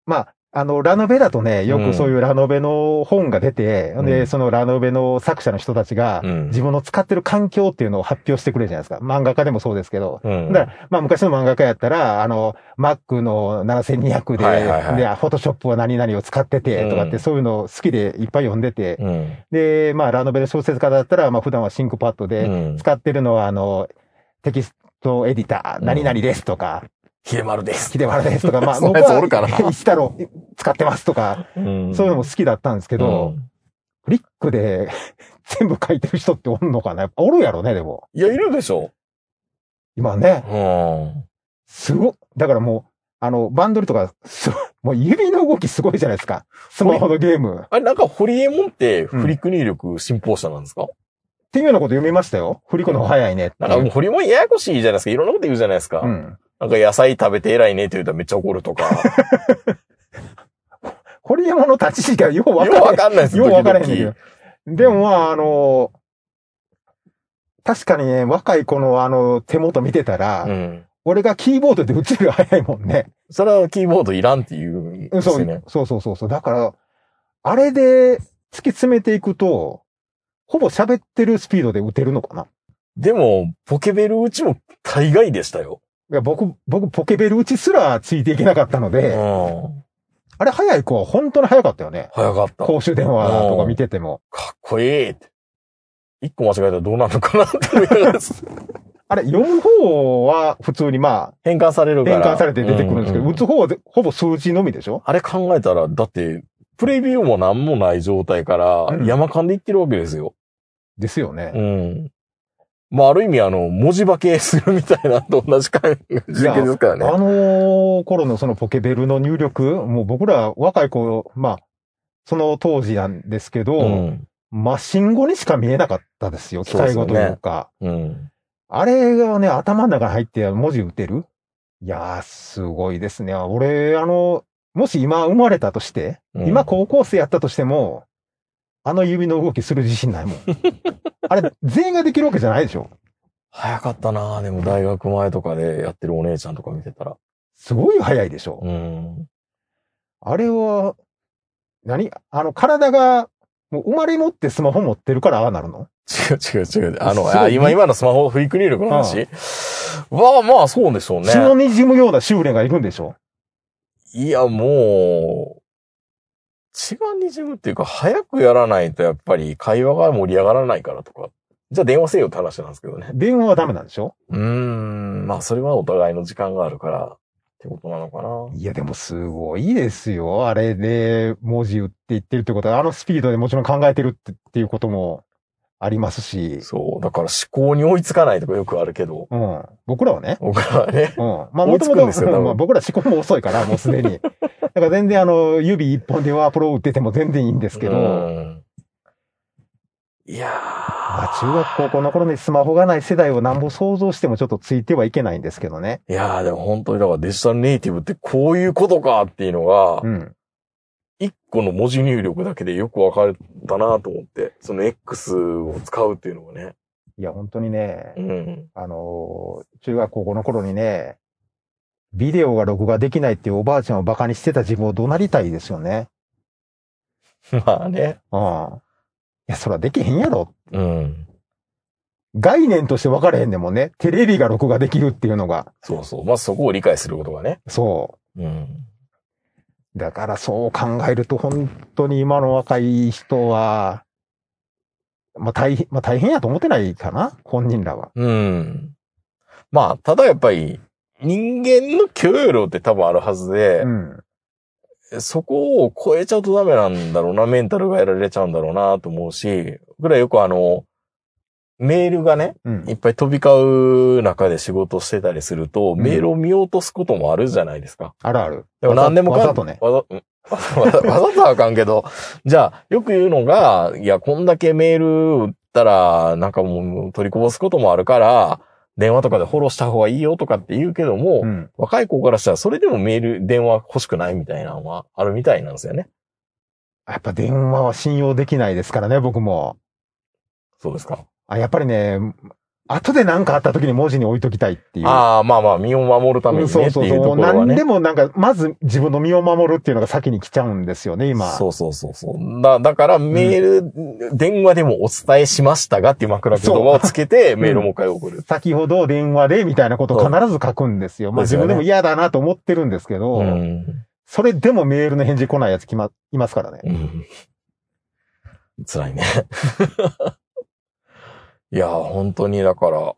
Speaker 3: まあ、あの、ラノベだとね、よ
Speaker 2: うん
Speaker 3: くそういうラノベの本が出て、
Speaker 2: ん
Speaker 3: で、そのラノベの作者の人たちが
Speaker 2: う、ん。
Speaker 3: 自分の使ってる環境っていうのを発表してくれるじゃないですか。漫画家でもそうですけど。
Speaker 2: うん。
Speaker 3: だから、まあ昔の漫画家やったら、あの、Mac の7200で、
Speaker 2: はいはいはい
Speaker 3: で、フォトショップは何々を使ってて、とかって、
Speaker 2: うん
Speaker 3: そういうの好きでいっぱい読んでて、
Speaker 2: うん。
Speaker 3: で、まあラノベル小説家だったら、まあ普段はシンクパッド
Speaker 2: う
Speaker 3: で、
Speaker 2: ん。
Speaker 3: 使ってるのは、あの、テキストエディター、
Speaker 2: うん
Speaker 3: 何々ですとか、
Speaker 2: ヒデマルです。
Speaker 3: 秀丸ですとか、まあ
Speaker 2: そん
Speaker 3: 僕
Speaker 2: なやつおるか
Speaker 3: は
Speaker 2: な、
Speaker 3: 石太郎使ってますとか、
Speaker 2: うん
Speaker 3: そういうのも好きだったんですけど、
Speaker 2: うん
Speaker 3: フリックで <laughs> 全部書いてる人っておんのかなやっぱおるやろね、でも。
Speaker 2: いや、いるでしょ。
Speaker 3: 今ね。
Speaker 2: うん。
Speaker 3: すごっ、だからもう、あの、バンドリとか、す <laughs> もう指の動きすごいじゃないですか。スマホのゲーム。っ
Speaker 2: あれ、なんか、ホリエモンって、フリック入力信奉者なんですか、
Speaker 3: ていうようなこと読みましたよ。振り子の方が早いねって
Speaker 2: なんか、もうホリエモンややこしいじゃないですか。いろんなこと言うじゃないですか。
Speaker 3: うん。
Speaker 2: なんか、野菜食べて偉いねって言うたらめっちゃ怒ると <laughs> か。
Speaker 3: ホリエモンの立ち位置がよう分
Speaker 2: よ
Speaker 3: から
Speaker 2: うわかんないです
Speaker 3: よう分からへん
Speaker 2: 時々
Speaker 3: ねんけど。でもまあ、あの、確かにね、若い子のあの、手元見てたら、
Speaker 2: うん。
Speaker 3: 俺がキーボードで打ちるより早いもんね。
Speaker 2: それはキーボードいらんっていうん
Speaker 3: う
Speaker 2: で
Speaker 3: ん
Speaker 2: す
Speaker 3: そう
Speaker 2: よね。
Speaker 3: そうそうそうそう。だから、あれで突き詰めていくと、ほぼ喋ってるスピードで打てるのかな。
Speaker 2: でも、ポケベルうちも大概でしたよ。
Speaker 3: いや、僕、僕、ポケベル打ちすらついていけなかったの
Speaker 2: うん
Speaker 3: で、。あれ早い子は本当に早かったよね。
Speaker 2: 早かった。か
Speaker 3: 公衆電話とか見てても。
Speaker 2: っこいいって。一個間違えたらどうなるのかなって思いなが
Speaker 3: <laughs>
Speaker 2: ら
Speaker 3: あれ、読む方は普通にま
Speaker 2: 変換され
Speaker 3: あ、
Speaker 2: るから。
Speaker 3: 変換されて出てくるんですけど、
Speaker 2: うう
Speaker 3: 打つ方はほぼ数字のみでしょ
Speaker 2: あれ考えたら、だって、プレビューもなんもない状態から
Speaker 3: う、ん
Speaker 2: 山間でいってるわけですよ。
Speaker 3: ですよね
Speaker 2: う。ん。まあ、ある意味、あの、文字化けするみたいなのと同じ感じですから
Speaker 3: あ
Speaker 2: ね。
Speaker 3: の頃のそのポケベルの入力、もう僕ら若い子、まあ、その当時なんですけど、
Speaker 2: うん。
Speaker 3: マシン語にしか見えなかったですよ。機械語というか。
Speaker 2: うん。
Speaker 3: あれがね、頭の中に入って文字打てるいやー、すごいですね。俺、あの、もし今生まれたとして、
Speaker 2: うん
Speaker 3: 今高校生やったとしても、あの指の動きする自信ない
Speaker 2: <laughs>
Speaker 3: もん。あれ、全員ができるわけじゃないでしょ
Speaker 2: 早かったなでも大学前とかでやってるお姉ちゃんとか見てたら。
Speaker 3: すごい早いでしょ
Speaker 2: うん。
Speaker 3: あれは、何あの、体が、もう生まれ持ってスマホ持ってるからああなるの
Speaker 2: 違う違う違う。 <laughs> あの、
Speaker 3: すご
Speaker 2: あ
Speaker 3: い
Speaker 2: 今、今のスマホフリック入力の話は、まあ、そうでしょうね
Speaker 3: 血。の滲むような修練がいるんでしょ
Speaker 2: いや、もう、血が滲むっていうか、早くやらないとやっぱり会話が盛り上がらないからとか、じゃあ電話せよって話なんですけどね。
Speaker 3: 電話はダメなんでしょ
Speaker 2: うーん。まあ、それはお互いの時間があるから、ってことなのかな。
Speaker 3: いや、でもすごいですよ。あれで文字打っていってるってことは、あのスピードでもちろん考えてるってっていうこともありますし、
Speaker 2: そう。だから思考に追いつかないとかよくあるけど、
Speaker 3: うん。僕らはね、
Speaker 2: 僕らはね。
Speaker 3: うん。まあ、
Speaker 2: 追
Speaker 3: も
Speaker 2: いつ
Speaker 3: と
Speaker 2: く
Speaker 3: も
Speaker 2: んですよ多
Speaker 3: と、
Speaker 2: 分
Speaker 3: まあ、僕ら思考も遅いから、もうすでに。だから全然、あの、指一本でワープロ打ってても全然いいんですけ
Speaker 2: う
Speaker 3: ど、
Speaker 2: んいやー。
Speaker 3: まあ、中学高校の頃にスマホがない世代をなんぼ想像してもちょっとついてはいけないんですけどね。
Speaker 2: いやー、でも本当にだからデジタルネイティブってこういうことかっていうのが
Speaker 3: う、ん。
Speaker 2: 一個の文字入力だけでよく分かったなと思って、その X を使うっていうのがね。
Speaker 3: いや、本当にね、
Speaker 2: うん。
Speaker 3: あのー、中学高校の頃にね、ビデオが録画できないっていうおばあちゃんをバカにしてた自分を怒鳴りたいですよね。
Speaker 2: <laughs> まあね。
Speaker 3: うん。いや、そらできへんやろ。
Speaker 2: うん。
Speaker 3: 概念として分かれへんでもんね。テレビが録画できるっていうのが。
Speaker 2: そうそう。まあそこを理解することがね。
Speaker 3: そ
Speaker 2: うん。
Speaker 3: う。だからそう考えると本当に今の若い人は、まあ大変、まあ大変やと思ってないかな本人らは。
Speaker 2: うん。まあ、ただやっぱり、人間の許容量って多分あるはずで
Speaker 3: う、ん。
Speaker 2: そこを超えちゃうとダメなんだろうな、メンタルがやられちゃうんだろうなと思うし、僕らよくあの、メールがね、
Speaker 3: うん
Speaker 2: い。っぱい飛び交う中で仕事してたりすると、
Speaker 3: ん
Speaker 2: メールを見落とすこともあるじゃないですか。
Speaker 3: あるある。
Speaker 2: でも何でもかん
Speaker 3: わざわざとね。
Speaker 2: わざ、うんわざわざわざとはあかんけ <laughs> ど、じゃあ、よく言うのが、いや、こんだけメール打ったら、なんかもう取りこぼすこともあるから、電話とかでフォローした方がいいよとかって言うけども、
Speaker 3: うん。
Speaker 2: 若い子からしたらそれでもメール、電話欲しくないみたいなのはあるみたいなんですよね。
Speaker 3: やっぱ電話は信用できないですからね、僕も。
Speaker 2: そうですか。
Speaker 3: あ、やっぱりね、後で何かあった時に文字に置いときたいっていう。
Speaker 2: ああ、まあまあ、身を守るため
Speaker 3: うん
Speaker 2: に
Speaker 3: そ
Speaker 2: ね
Speaker 3: う
Speaker 2: って
Speaker 3: そう
Speaker 2: いう
Speaker 3: そう。
Speaker 2: ところは
Speaker 3: 何
Speaker 2: ね
Speaker 3: で。もなんか、まず自分の身を守るっていうのが先に来ちゃうんですよね、今。
Speaker 2: そうそうそうそう。だ、だからメール、電話でもお伝えしましたがっていう枕言葉をつけて、
Speaker 3: う
Speaker 2: メールをもう一回送る。
Speaker 3: 先ほど電話でみたいなことを必ず書くんですよ。まあ
Speaker 2: で
Speaker 3: 自
Speaker 2: すよ
Speaker 3: 分
Speaker 2: ね
Speaker 3: でも嫌だなと思ってるんですけど、
Speaker 2: うん。
Speaker 3: それでもメールの返事来ないやつきま、いますからね。
Speaker 2: うん辛いね。 <laughs> いや、本当にだから、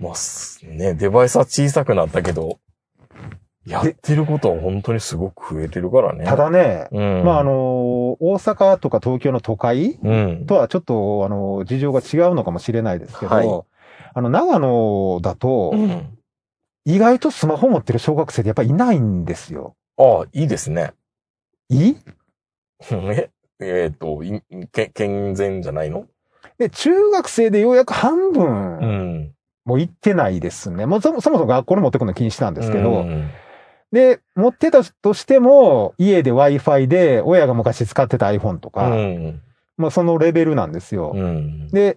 Speaker 2: まあ、すね、デバイスは小さくなったけど、やってることは本当にすごく増えてるからね。
Speaker 3: た、だね、
Speaker 2: うん。
Speaker 3: まああ、のー、大阪とか東京の都会
Speaker 2: うん。
Speaker 3: とはちょっと、あのー、事情が違うのかもしれないですけど、
Speaker 2: はい
Speaker 3: あの、長野だ
Speaker 2: う
Speaker 3: と、
Speaker 2: ん
Speaker 3: 意外とスマホ持ってる小学生ってやっぱいないんですよ。
Speaker 2: ああ、いいですね。 <laughs>
Speaker 3: いい
Speaker 2: え、えっ、と、いけ健全じゃないの
Speaker 3: で、中学生でようやく半
Speaker 2: う
Speaker 3: 分
Speaker 2: ん。
Speaker 3: もう行ってないですね。もうそもそもそも学校に持ってくの禁止なんですけど、
Speaker 2: うん
Speaker 3: で、持ってたとしても、家で Wi-Fi で親が昔使ってた iPhone とか、
Speaker 2: うん。
Speaker 3: まあそのレベルなんですよ。
Speaker 2: うん。
Speaker 3: で、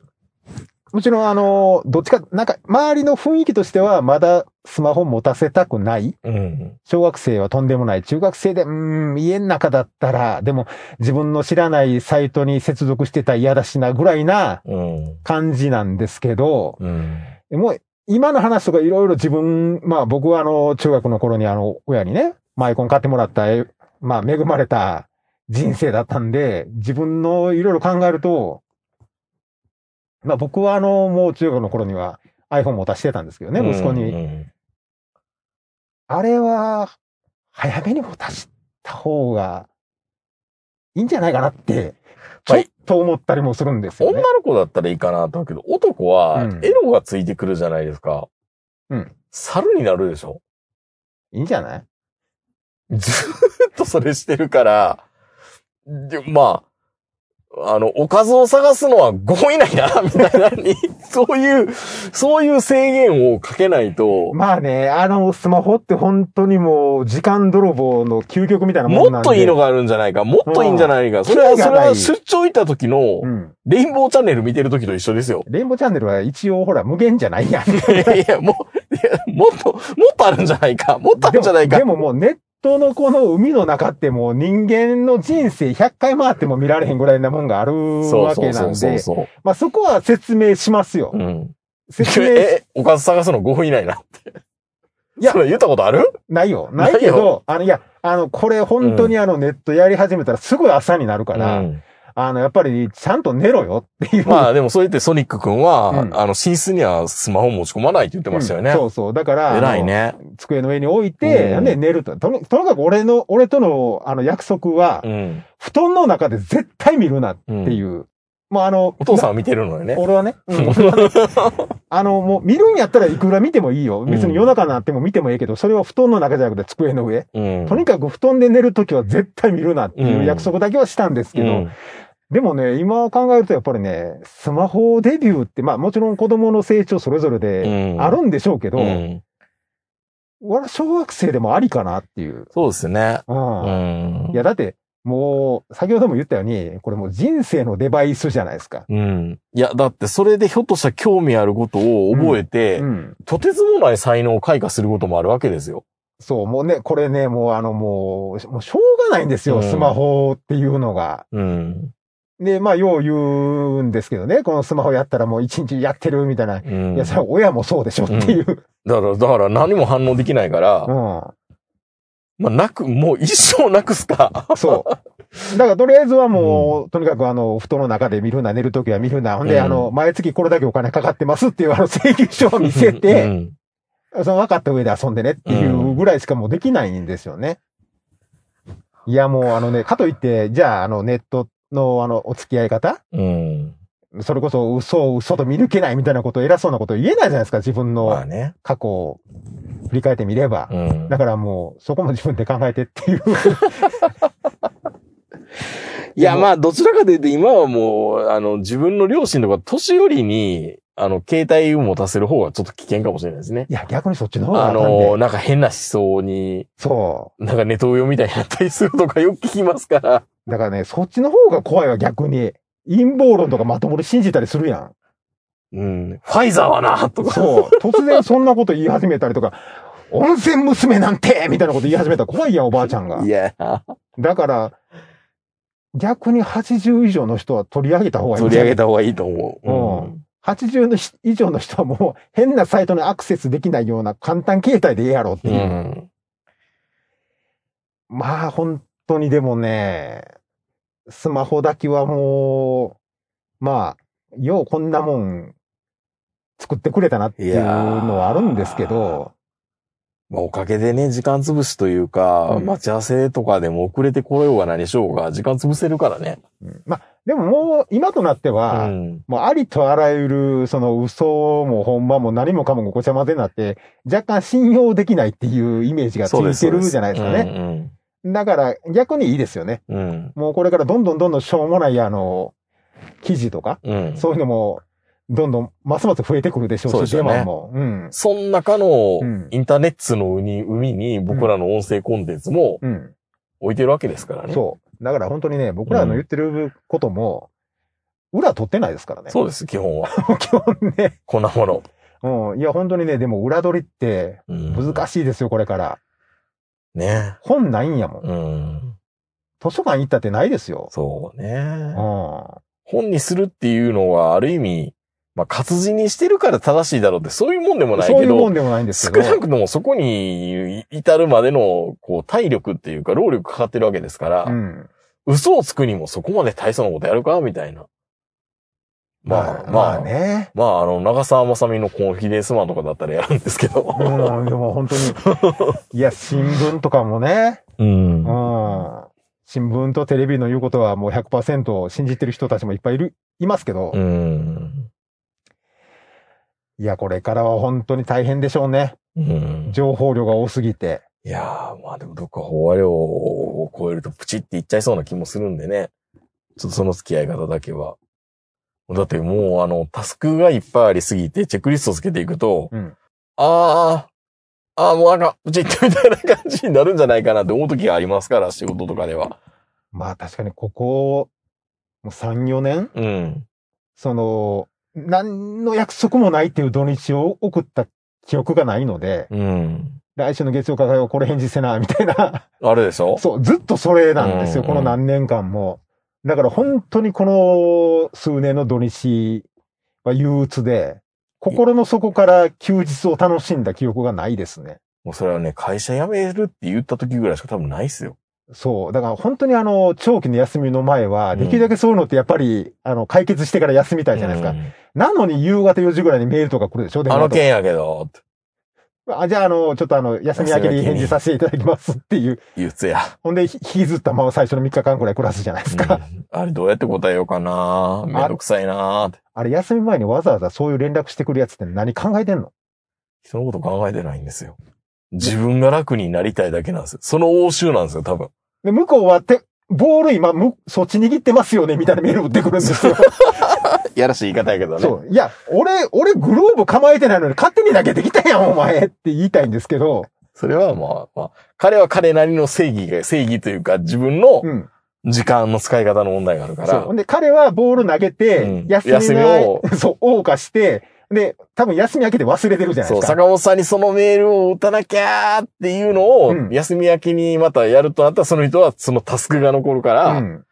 Speaker 3: もちろんあの、どっちか、なんか、周りの雰囲気としては、まだスマホ持たせたくない。
Speaker 2: うん。
Speaker 3: 小学生はとんでもない。中学生で、うーん、家の中だったら、でも自分の知らないサイトに接続してたら嫌だしなぐらいな
Speaker 2: うん。
Speaker 3: 感じなんですけど、
Speaker 2: うん。
Speaker 3: もう、今の話とかいろいろ自分、まあ僕はあの、中学の頃にあの、親にね、マイコン買ってもらった、えまあ恵まれた人生だったんで、自分のいろいろ考えると、まあ僕はあの、もう中学の頃には iPhone も出してたんですけどね、息子
Speaker 2: う
Speaker 3: に。
Speaker 2: ん
Speaker 3: あれは、早めにも出した方がいいんじゃないかなって、ちょっと思ったりもするんですよ
Speaker 2: 女
Speaker 3: ね。
Speaker 2: の子だったらいいかなと思うけど、男は
Speaker 3: うん
Speaker 2: エロがついてくるじゃないですか。
Speaker 3: うん。
Speaker 2: 猿になるでしょ
Speaker 3: いいんじゃない
Speaker 2: ずーっとそれしてるから、でまあ、あの、おかずを探すのは5分以内だな、みたいなのに、そういう、そういう制限をかけないと、
Speaker 3: まあね、あの、スマホって本当にもう、時間泥棒の究極みたいなもん
Speaker 2: も
Speaker 3: なんで。
Speaker 2: っといいのがあるんじゃないか、もっといいんじゃないか。それ
Speaker 3: 機
Speaker 2: は、
Speaker 3: 会
Speaker 2: そ
Speaker 3: が
Speaker 2: れ
Speaker 3: な
Speaker 2: はい出張行った時の
Speaker 3: う、ん。
Speaker 2: レインボーチャンネル見てる時と一緒ですよ。 <laughs>
Speaker 3: レインボーチャンネルは一応、ほら、無限じゃないやん。 <laughs>
Speaker 2: いやいや、もう、いやもっと、もっとあるんじゃないか。もっとあるんじゃないか
Speaker 3: で。もでももう、ネットのこの海の中ってもう、人間の人生100回回っても見られへんぐらいなもんがある
Speaker 2: そう
Speaker 3: わ
Speaker 2: そ
Speaker 3: け
Speaker 2: う
Speaker 3: な
Speaker 2: そ
Speaker 3: ん
Speaker 2: うそう
Speaker 3: で、
Speaker 2: そ
Speaker 3: まあそこは説明しますよ
Speaker 2: う。う。ん。
Speaker 3: 説明
Speaker 2: え、おかず探すの5分以内なって。い
Speaker 3: いや
Speaker 2: や、それ言ったことある
Speaker 3: ないよ。ないけ
Speaker 2: ない
Speaker 3: ど、あの、いや、あの、これ本当にあの、ネットやり始めたらすぐ朝になるから、
Speaker 2: うん
Speaker 3: あの、やっぱり、ちゃんと寝ろよっていう。
Speaker 2: まあでもそう言ってソニック君は、
Speaker 3: うん
Speaker 2: あの、寝室にはスマホ持ち込まないって言ってましたよね。
Speaker 3: うんそうそう。だから、
Speaker 2: 偉いね。
Speaker 3: あの机の上に置い
Speaker 2: うん
Speaker 3: て、で寝ると。とにとにかく俺の、俺との、あの、約束は、
Speaker 2: うん。
Speaker 3: 布団の中で絶対見るなって
Speaker 2: うん
Speaker 3: いう。もうあの、
Speaker 2: お父さんは見てるのよね。
Speaker 3: 俺はね、
Speaker 2: <laughs>
Speaker 3: うん俺はねあの、もう見るんやったらいくら見てもいいよ。別に夜中になっても見てもいいけど、それは布団の中じゃなくて机の上。
Speaker 2: うん。
Speaker 3: とにかく布団で寝るときは絶対見るなっていう約束だけはしたんですけど、
Speaker 2: うん
Speaker 3: でもね、今考えるとやっぱりね、スマホデビューって、まあもちろん子供の成長それぞれで
Speaker 2: うん
Speaker 3: あるんでしょうけど、
Speaker 2: うん
Speaker 3: 俺は小学生でもありかなっていう。
Speaker 2: そうですね。
Speaker 3: うん
Speaker 2: うん
Speaker 3: い。や、だって、もう、先ほども言ったように、これもう人生のデバイスじゃないですか。
Speaker 2: うん。いや、だってそれでひょっとしたら興味あることを覚えて、
Speaker 3: うん。
Speaker 2: とてつもない才能を開花することもあるわけですよ。
Speaker 3: そう、もうね、これね、もうあの、もう、もうしょうがないんです
Speaker 2: う
Speaker 3: よ、
Speaker 2: ん
Speaker 3: スマホっていうのが。
Speaker 2: うん。
Speaker 3: で、まあ、よう言うんですけどね、このスマホやったらもう一日やってるみたいな。い
Speaker 2: うん。
Speaker 3: や、それは親もそうでしょっていう。
Speaker 2: だから、だから何も反応できないから、
Speaker 3: うん。
Speaker 2: まあ、なく、もう一生なくすか。
Speaker 3: そう。だからとりあえずはもう、とにかくあの、布団の中で見るな、寝るときは見るな。ほんで、
Speaker 2: うん
Speaker 3: あの、毎月これだけお金かかってますっていうあの請求書を見せ
Speaker 2: う
Speaker 3: て、
Speaker 2: ん
Speaker 3: <laughs> その分かった上で遊んでねっていうぐらいしかもうできないんですよね。いや、もうあのね、かといって、じゃああの、ネットのあの、お付き合い方
Speaker 2: うん。
Speaker 3: それこそ嘘を嘘と見抜けないみたいなこと偉そうなこと言えないじゃないですか、自分
Speaker 2: まあ
Speaker 3: の
Speaker 2: ね。
Speaker 3: 過去を振り返ってみれば。
Speaker 2: うん
Speaker 3: だ。からもう、そこも自分で考えてっていう。
Speaker 2: いや、まあ、どちらかというと、今はもう、あの、自分の両親とか、年寄りに、あの、携帯を持たせる方がちょっと危険かもしれないですね。
Speaker 3: いや、逆にそっちの方が
Speaker 2: あ
Speaker 3: あかんで
Speaker 2: の、なんか変な思想に、
Speaker 3: そう。
Speaker 2: なんかネトウヨみたいになったりするとかよく聞きますから。
Speaker 3: だからね、そっちの方が怖いわ、逆に。陰謀論とかまともに信じたりするやん。
Speaker 2: うん。ファイザーはな、とか。
Speaker 3: そう。
Speaker 2: <laughs>
Speaker 3: 突然そんなこと言い始めたりとか、温泉娘なんてみたいなこと言い始めたら怖いやん、おばあちゃんが
Speaker 2: い。や、
Speaker 3: だから、逆に80以上の人は取り上げた方がいい。
Speaker 2: 取り上げた方がいいと思う。うん。
Speaker 3: 80の以上の人はもう変なサイトにアクセスできないような簡単形態でええやろって
Speaker 2: う
Speaker 3: いう。
Speaker 2: ん。
Speaker 3: まあ本当にでもね、スマホだけはもう、まあ、ようこんなもん作ってくれたなっていうのはあるんですけど、
Speaker 2: まあ、おかげでね、時間潰しというか、
Speaker 3: うん
Speaker 2: 待ち合わせとかでも遅れてこようが何しようが、時間潰せるからね。
Speaker 3: うんまあでももう今となって
Speaker 2: う
Speaker 3: は、
Speaker 2: ん。
Speaker 3: もうありとあらゆるその嘘も本番も何もかもごちゃ混ぜになって、若干信用できないっていうイメージがつ
Speaker 2: そうで
Speaker 3: い
Speaker 2: す
Speaker 3: てるじゃないですかね。
Speaker 2: ね。
Speaker 3: だから逆にいいですよね。
Speaker 2: うんうん。
Speaker 3: もうこれからどんどんどんどんしょうもないあの、記事とか、
Speaker 2: うん。うん
Speaker 3: そういうのも、どんどん、ますます増えてくるでしょうし、
Speaker 2: そうでしょうね
Speaker 3: 出番も。うん。
Speaker 2: そん中の
Speaker 3: うん
Speaker 2: インターネットの海に海に僕らの音声コンテンツも
Speaker 3: うん。
Speaker 2: 置いてるわけですからね。
Speaker 3: そう。だから本当にね、僕らの言ってることも、裏取ってないですからね。
Speaker 2: そうです、基本は。
Speaker 3: 基本 <laughs> ね。
Speaker 2: こんなもの。
Speaker 3: うん。いや、本当にね、でも裏取りって
Speaker 2: うん、
Speaker 3: 難しいですよ、これから。
Speaker 2: ね。
Speaker 3: 本ないんやもん。
Speaker 2: うん。
Speaker 3: 図書館行ったってないですよ。
Speaker 2: そう
Speaker 3: う
Speaker 2: ね。
Speaker 3: ん。
Speaker 2: 本にするっていうのは、ある意味、まあ、活字にしてるから正しいだろうって、そういうもんでもない
Speaker 3: そう
Speaker 2: け
Speaker 3: いうも
Speaker 2: ど
Speaker 3: ん、でもないんです
Speaker 2: 少
Speaker 3: けど。
Speaker 2: なくともそこに至るまでの、こう、体力っていうか、労力かかってるわけですから、
Speaker 3: うん。
Speaker 2: 嘘をつくにもそこまで大層なことやるかみたいな。まあ、まあ、
Speaker 3: まあね。
Speaker 2: まあ、あの、長澤まさみのコンフィデンスマンとかだったらやるんですけ
Speaker 3: う
Speaker 2: ど。
Speaker 3: ん、でも
Speaker 2: <laughs>
Speaker 3: 本当に。いや、新聞とかもね。
Speaker 2: うん
Speaker 3: うん新聞とテレビの言うことはもう100%信じてる人たちもいっぱいいる、いますけど、
Speaker 2: うん。
Speaker 3: いや、これからは本当に大変でしょうね。
Speaker 2: うん。
Speaker 3: 情報量が多すぎて。
Speaker 2: いやー、まあでもどっか飽和量を超えるとプチっていっちゃいそうな気もするんでね。ちょっとその付き合い方だけは。だってもうあの、タスクがいっぱいありすぎて、チェックリストつけていくと、
Speaker 3: うん
Speaker 2: あー、あーもうあかん、プチってみたいな感じになるんじゃないかなって思う時がありますから、仕事とかでは。
Speaker 3: まあ確かにここ、もう3、4年、
Speaker 2: うん。
Speaker 3: その、何の約束もないっていう土日を送った記憶がないので、
Speaker 2: うん。
Speaker 3: 来週の月曜課題はこれ返事せな、みたいな。
Speaker 2: あれでしょ
Speaker 3: そう、ずっとそれなんですよ、
Speaker 2: うん
Speaker 3: この何年間も。だから本当にこの数年の土日は憂鬱で、心の底から休日を楽しんだ記憶がないですね。
Speaker 2: もうそれはね、会社辞めるって言った時ぐらいしか多分ないっすよ。
Speaker 3: そう。だから本当にあの、長期の休みの前は、
Speaker 2: うん
Speaker 3: できるだけそういうのってやっぱり、あの、解決してから休みたいじゃないですか。
Speaker 2: うん
Speaker 3: なのに夕方4時ぐらいにメールとか来るでしょ電
Speaker 2: あ
Speaker 3: 話
Speaker 2: の
Speaker 3: とか
Speaker 2: 件やけど、って
Speaker 3: あじゃあ、あの、ちょっとあの、休み明けに返事させていただきますっていう。
Speaker 2: 言うつや。
Speaker 3: ほんで、ひ引きずったまま最初の3日間くらい暮らすじゃないですか。
Speaker 2: うんあれどうやって答えようかなめんどくさいなって。
Speaker 3: あれ、休み前にわざわざそういう連絡してくるやつって何考えてんの
Speaker 2: 人のこと考えてないんですよ。自分が楽になりたいだけなんですよ。その応酬なんですよ、多分。
Speaker 3: で、向こうは、て、ボール今、む、そっち握ってますよねみたいなメール打ってくるんですよ。
Speaker 2: やらしい言い方やけど
Speaker 3: <laughs>
Speaker 2: ね。
Speaker 3: そう。いや、俺、俺グローブ構えてないのに勝手に投げてきたやん、お前って言いたいんですけど。
Speaker 2: それはまあ、まあ、彼は彼なりの正義が、正義というか自分の
Speaker 3: うん。
Speaker 2: 時間の使い方の問題があるか
Speaker 3: そう。
Speaker 2: ら
Speaker 3: ほん。で、彼はボール投げて、
Speaker 2: うん
Speaker 3: 休み
Speaker 2: 休みを
Speaker 3: を、そう、謳歌して、で、多分休み明けて忘れてるじゃない
Speaker 2: そ
Speaker 3: で
Speaker 2: う、
Speaker 3: すか。
Speaker 2: 坂本さんにそのメールを打たなきゃーっていうのを、
Speaker 3: うん
Speaker 2: 休み明けにまたやるとなったら、その人はそのタスクが残るから、
Speaker 3: ん。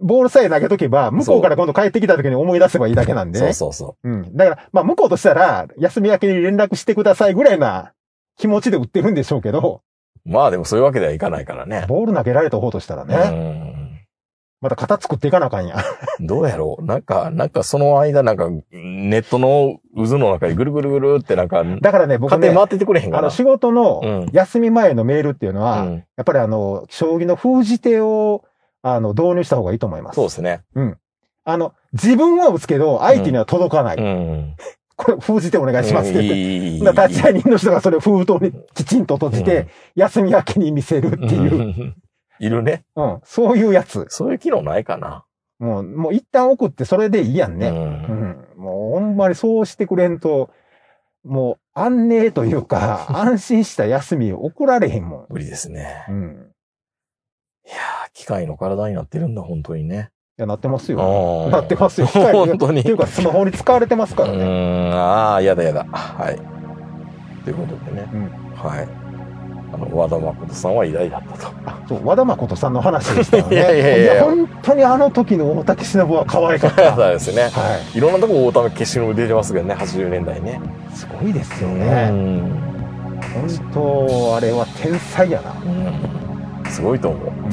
Speaker 3: ボールさえ投げとけば、向こうから今度帰ってきた時に思い出せばいいだけなんでね。
Speaker 2: そうそうそ
Speaker 3: うん。だから、まあ、向こうとしたら、休み明けに連絡してくださいぐらいな気持ちで売ってるんでしょうけど、
Speaker 2: う。まあでもそういうわけではいかないからね。
Speaker 3: ボール投げられた方としたらね、
Speaker 2: うん
Speaker 3: また型作っていかなあかんやん。
Speaker 2: どうやろうなんか、なんかその間、なんか、ネットの渦の中にぐるぐるぐるってなんか、
Speaker 3: だからね、僕
Speaker 2: 勝手
Speaker 3: ね
Speaker 2: に、回っててくれへんか
Speaker 3: あ
Speaker 2: な
Speaker 3: の、。仕事
Speaker 2: うん
Speaker 3: の休み前のメールっていうのは、
Speaker 2: うん
Speaker 3: やっぱりあの、将棋の封じ手を、あの、導入した方がいいと思います。
Speaker 2: そうですね。
Speaker 3: あの、自分は打つけど、相手には届かない。
Speaker 2: うん。
Speaker 3: これ、封じ手お願いしますって言って。
Speaker 2: い
Speaker 3: だから立会人の人がそれを封筒にきちんと閉じて、休み明けに見せるっていう、うん、
Speaker 2: う。いるね。
Speaker 3: そういうやつ。
Speaker 2: そういう機能ないかな。
Speaker 3: もう、もう一旦送ってそれでいいやんね。う
Speaker 2: ね。
Speaker 3: ん。もうほんまにそうしてくれんと、もう安寧というか、
Speaker 2: <laughs>
Speaker 3: 安心した休みを送られへんも
Speaker 2: 無理ですね。
Speaker 3: ん。うん。
Speaker 2: いやー、機械の体になってるんだ、本当にね。
Speaker 3: いや、なってますよ。
Speaker 2: うん
Speaker 3: なってますよ
Speaker 2: <laughs>
Speaker 3: 機械の
Speaker 2: 本当に。
Speaker 3: っていうか、スマホに使われてます
Speaker 2: う
Speaker 3: からね。
Speaker 2: ーん、ああ、やだやだ。はい。ということでね。
Speaker 3: うん
Speaker 2: はい。あの、和田誠さんは偉大だったと。 <laughs>
Speaker 3: あそう、和田誠さんの話でしたよね。
Speaker 2: いやいやいや
Speaker 3: 本当にあの時の大竹しのぶは可愛かっ
Speaker 2: <laughs>
Speaker 3: た。
Speaker 2: そうですね。
Speaker 3: はい
Speaker 2: ろんなとこ大玉決勝に出てますけどね、80年代ね。
Speaker 3: い。すごいですよ
Speaker 2: う
Speaker 3: ね。
Speaker 2: ん
Speaker 3: 本当、あれは天才やな。
Speaker 2: うん。すごいと思う。うん。
Speaker 3: う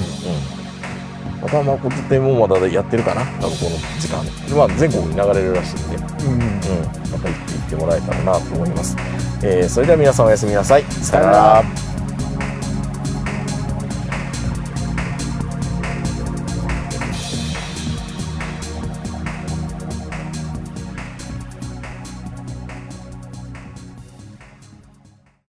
Speaker 2: 和田誠展もまだやってるかな多分この時間。まあ、全国に流れるらしいんで、うん。ま
Speaker 3: ん。うん
Speaker 2: た行ってもらえたらなと思います。えーそれでは皆さんおやすみなさい。さよなら。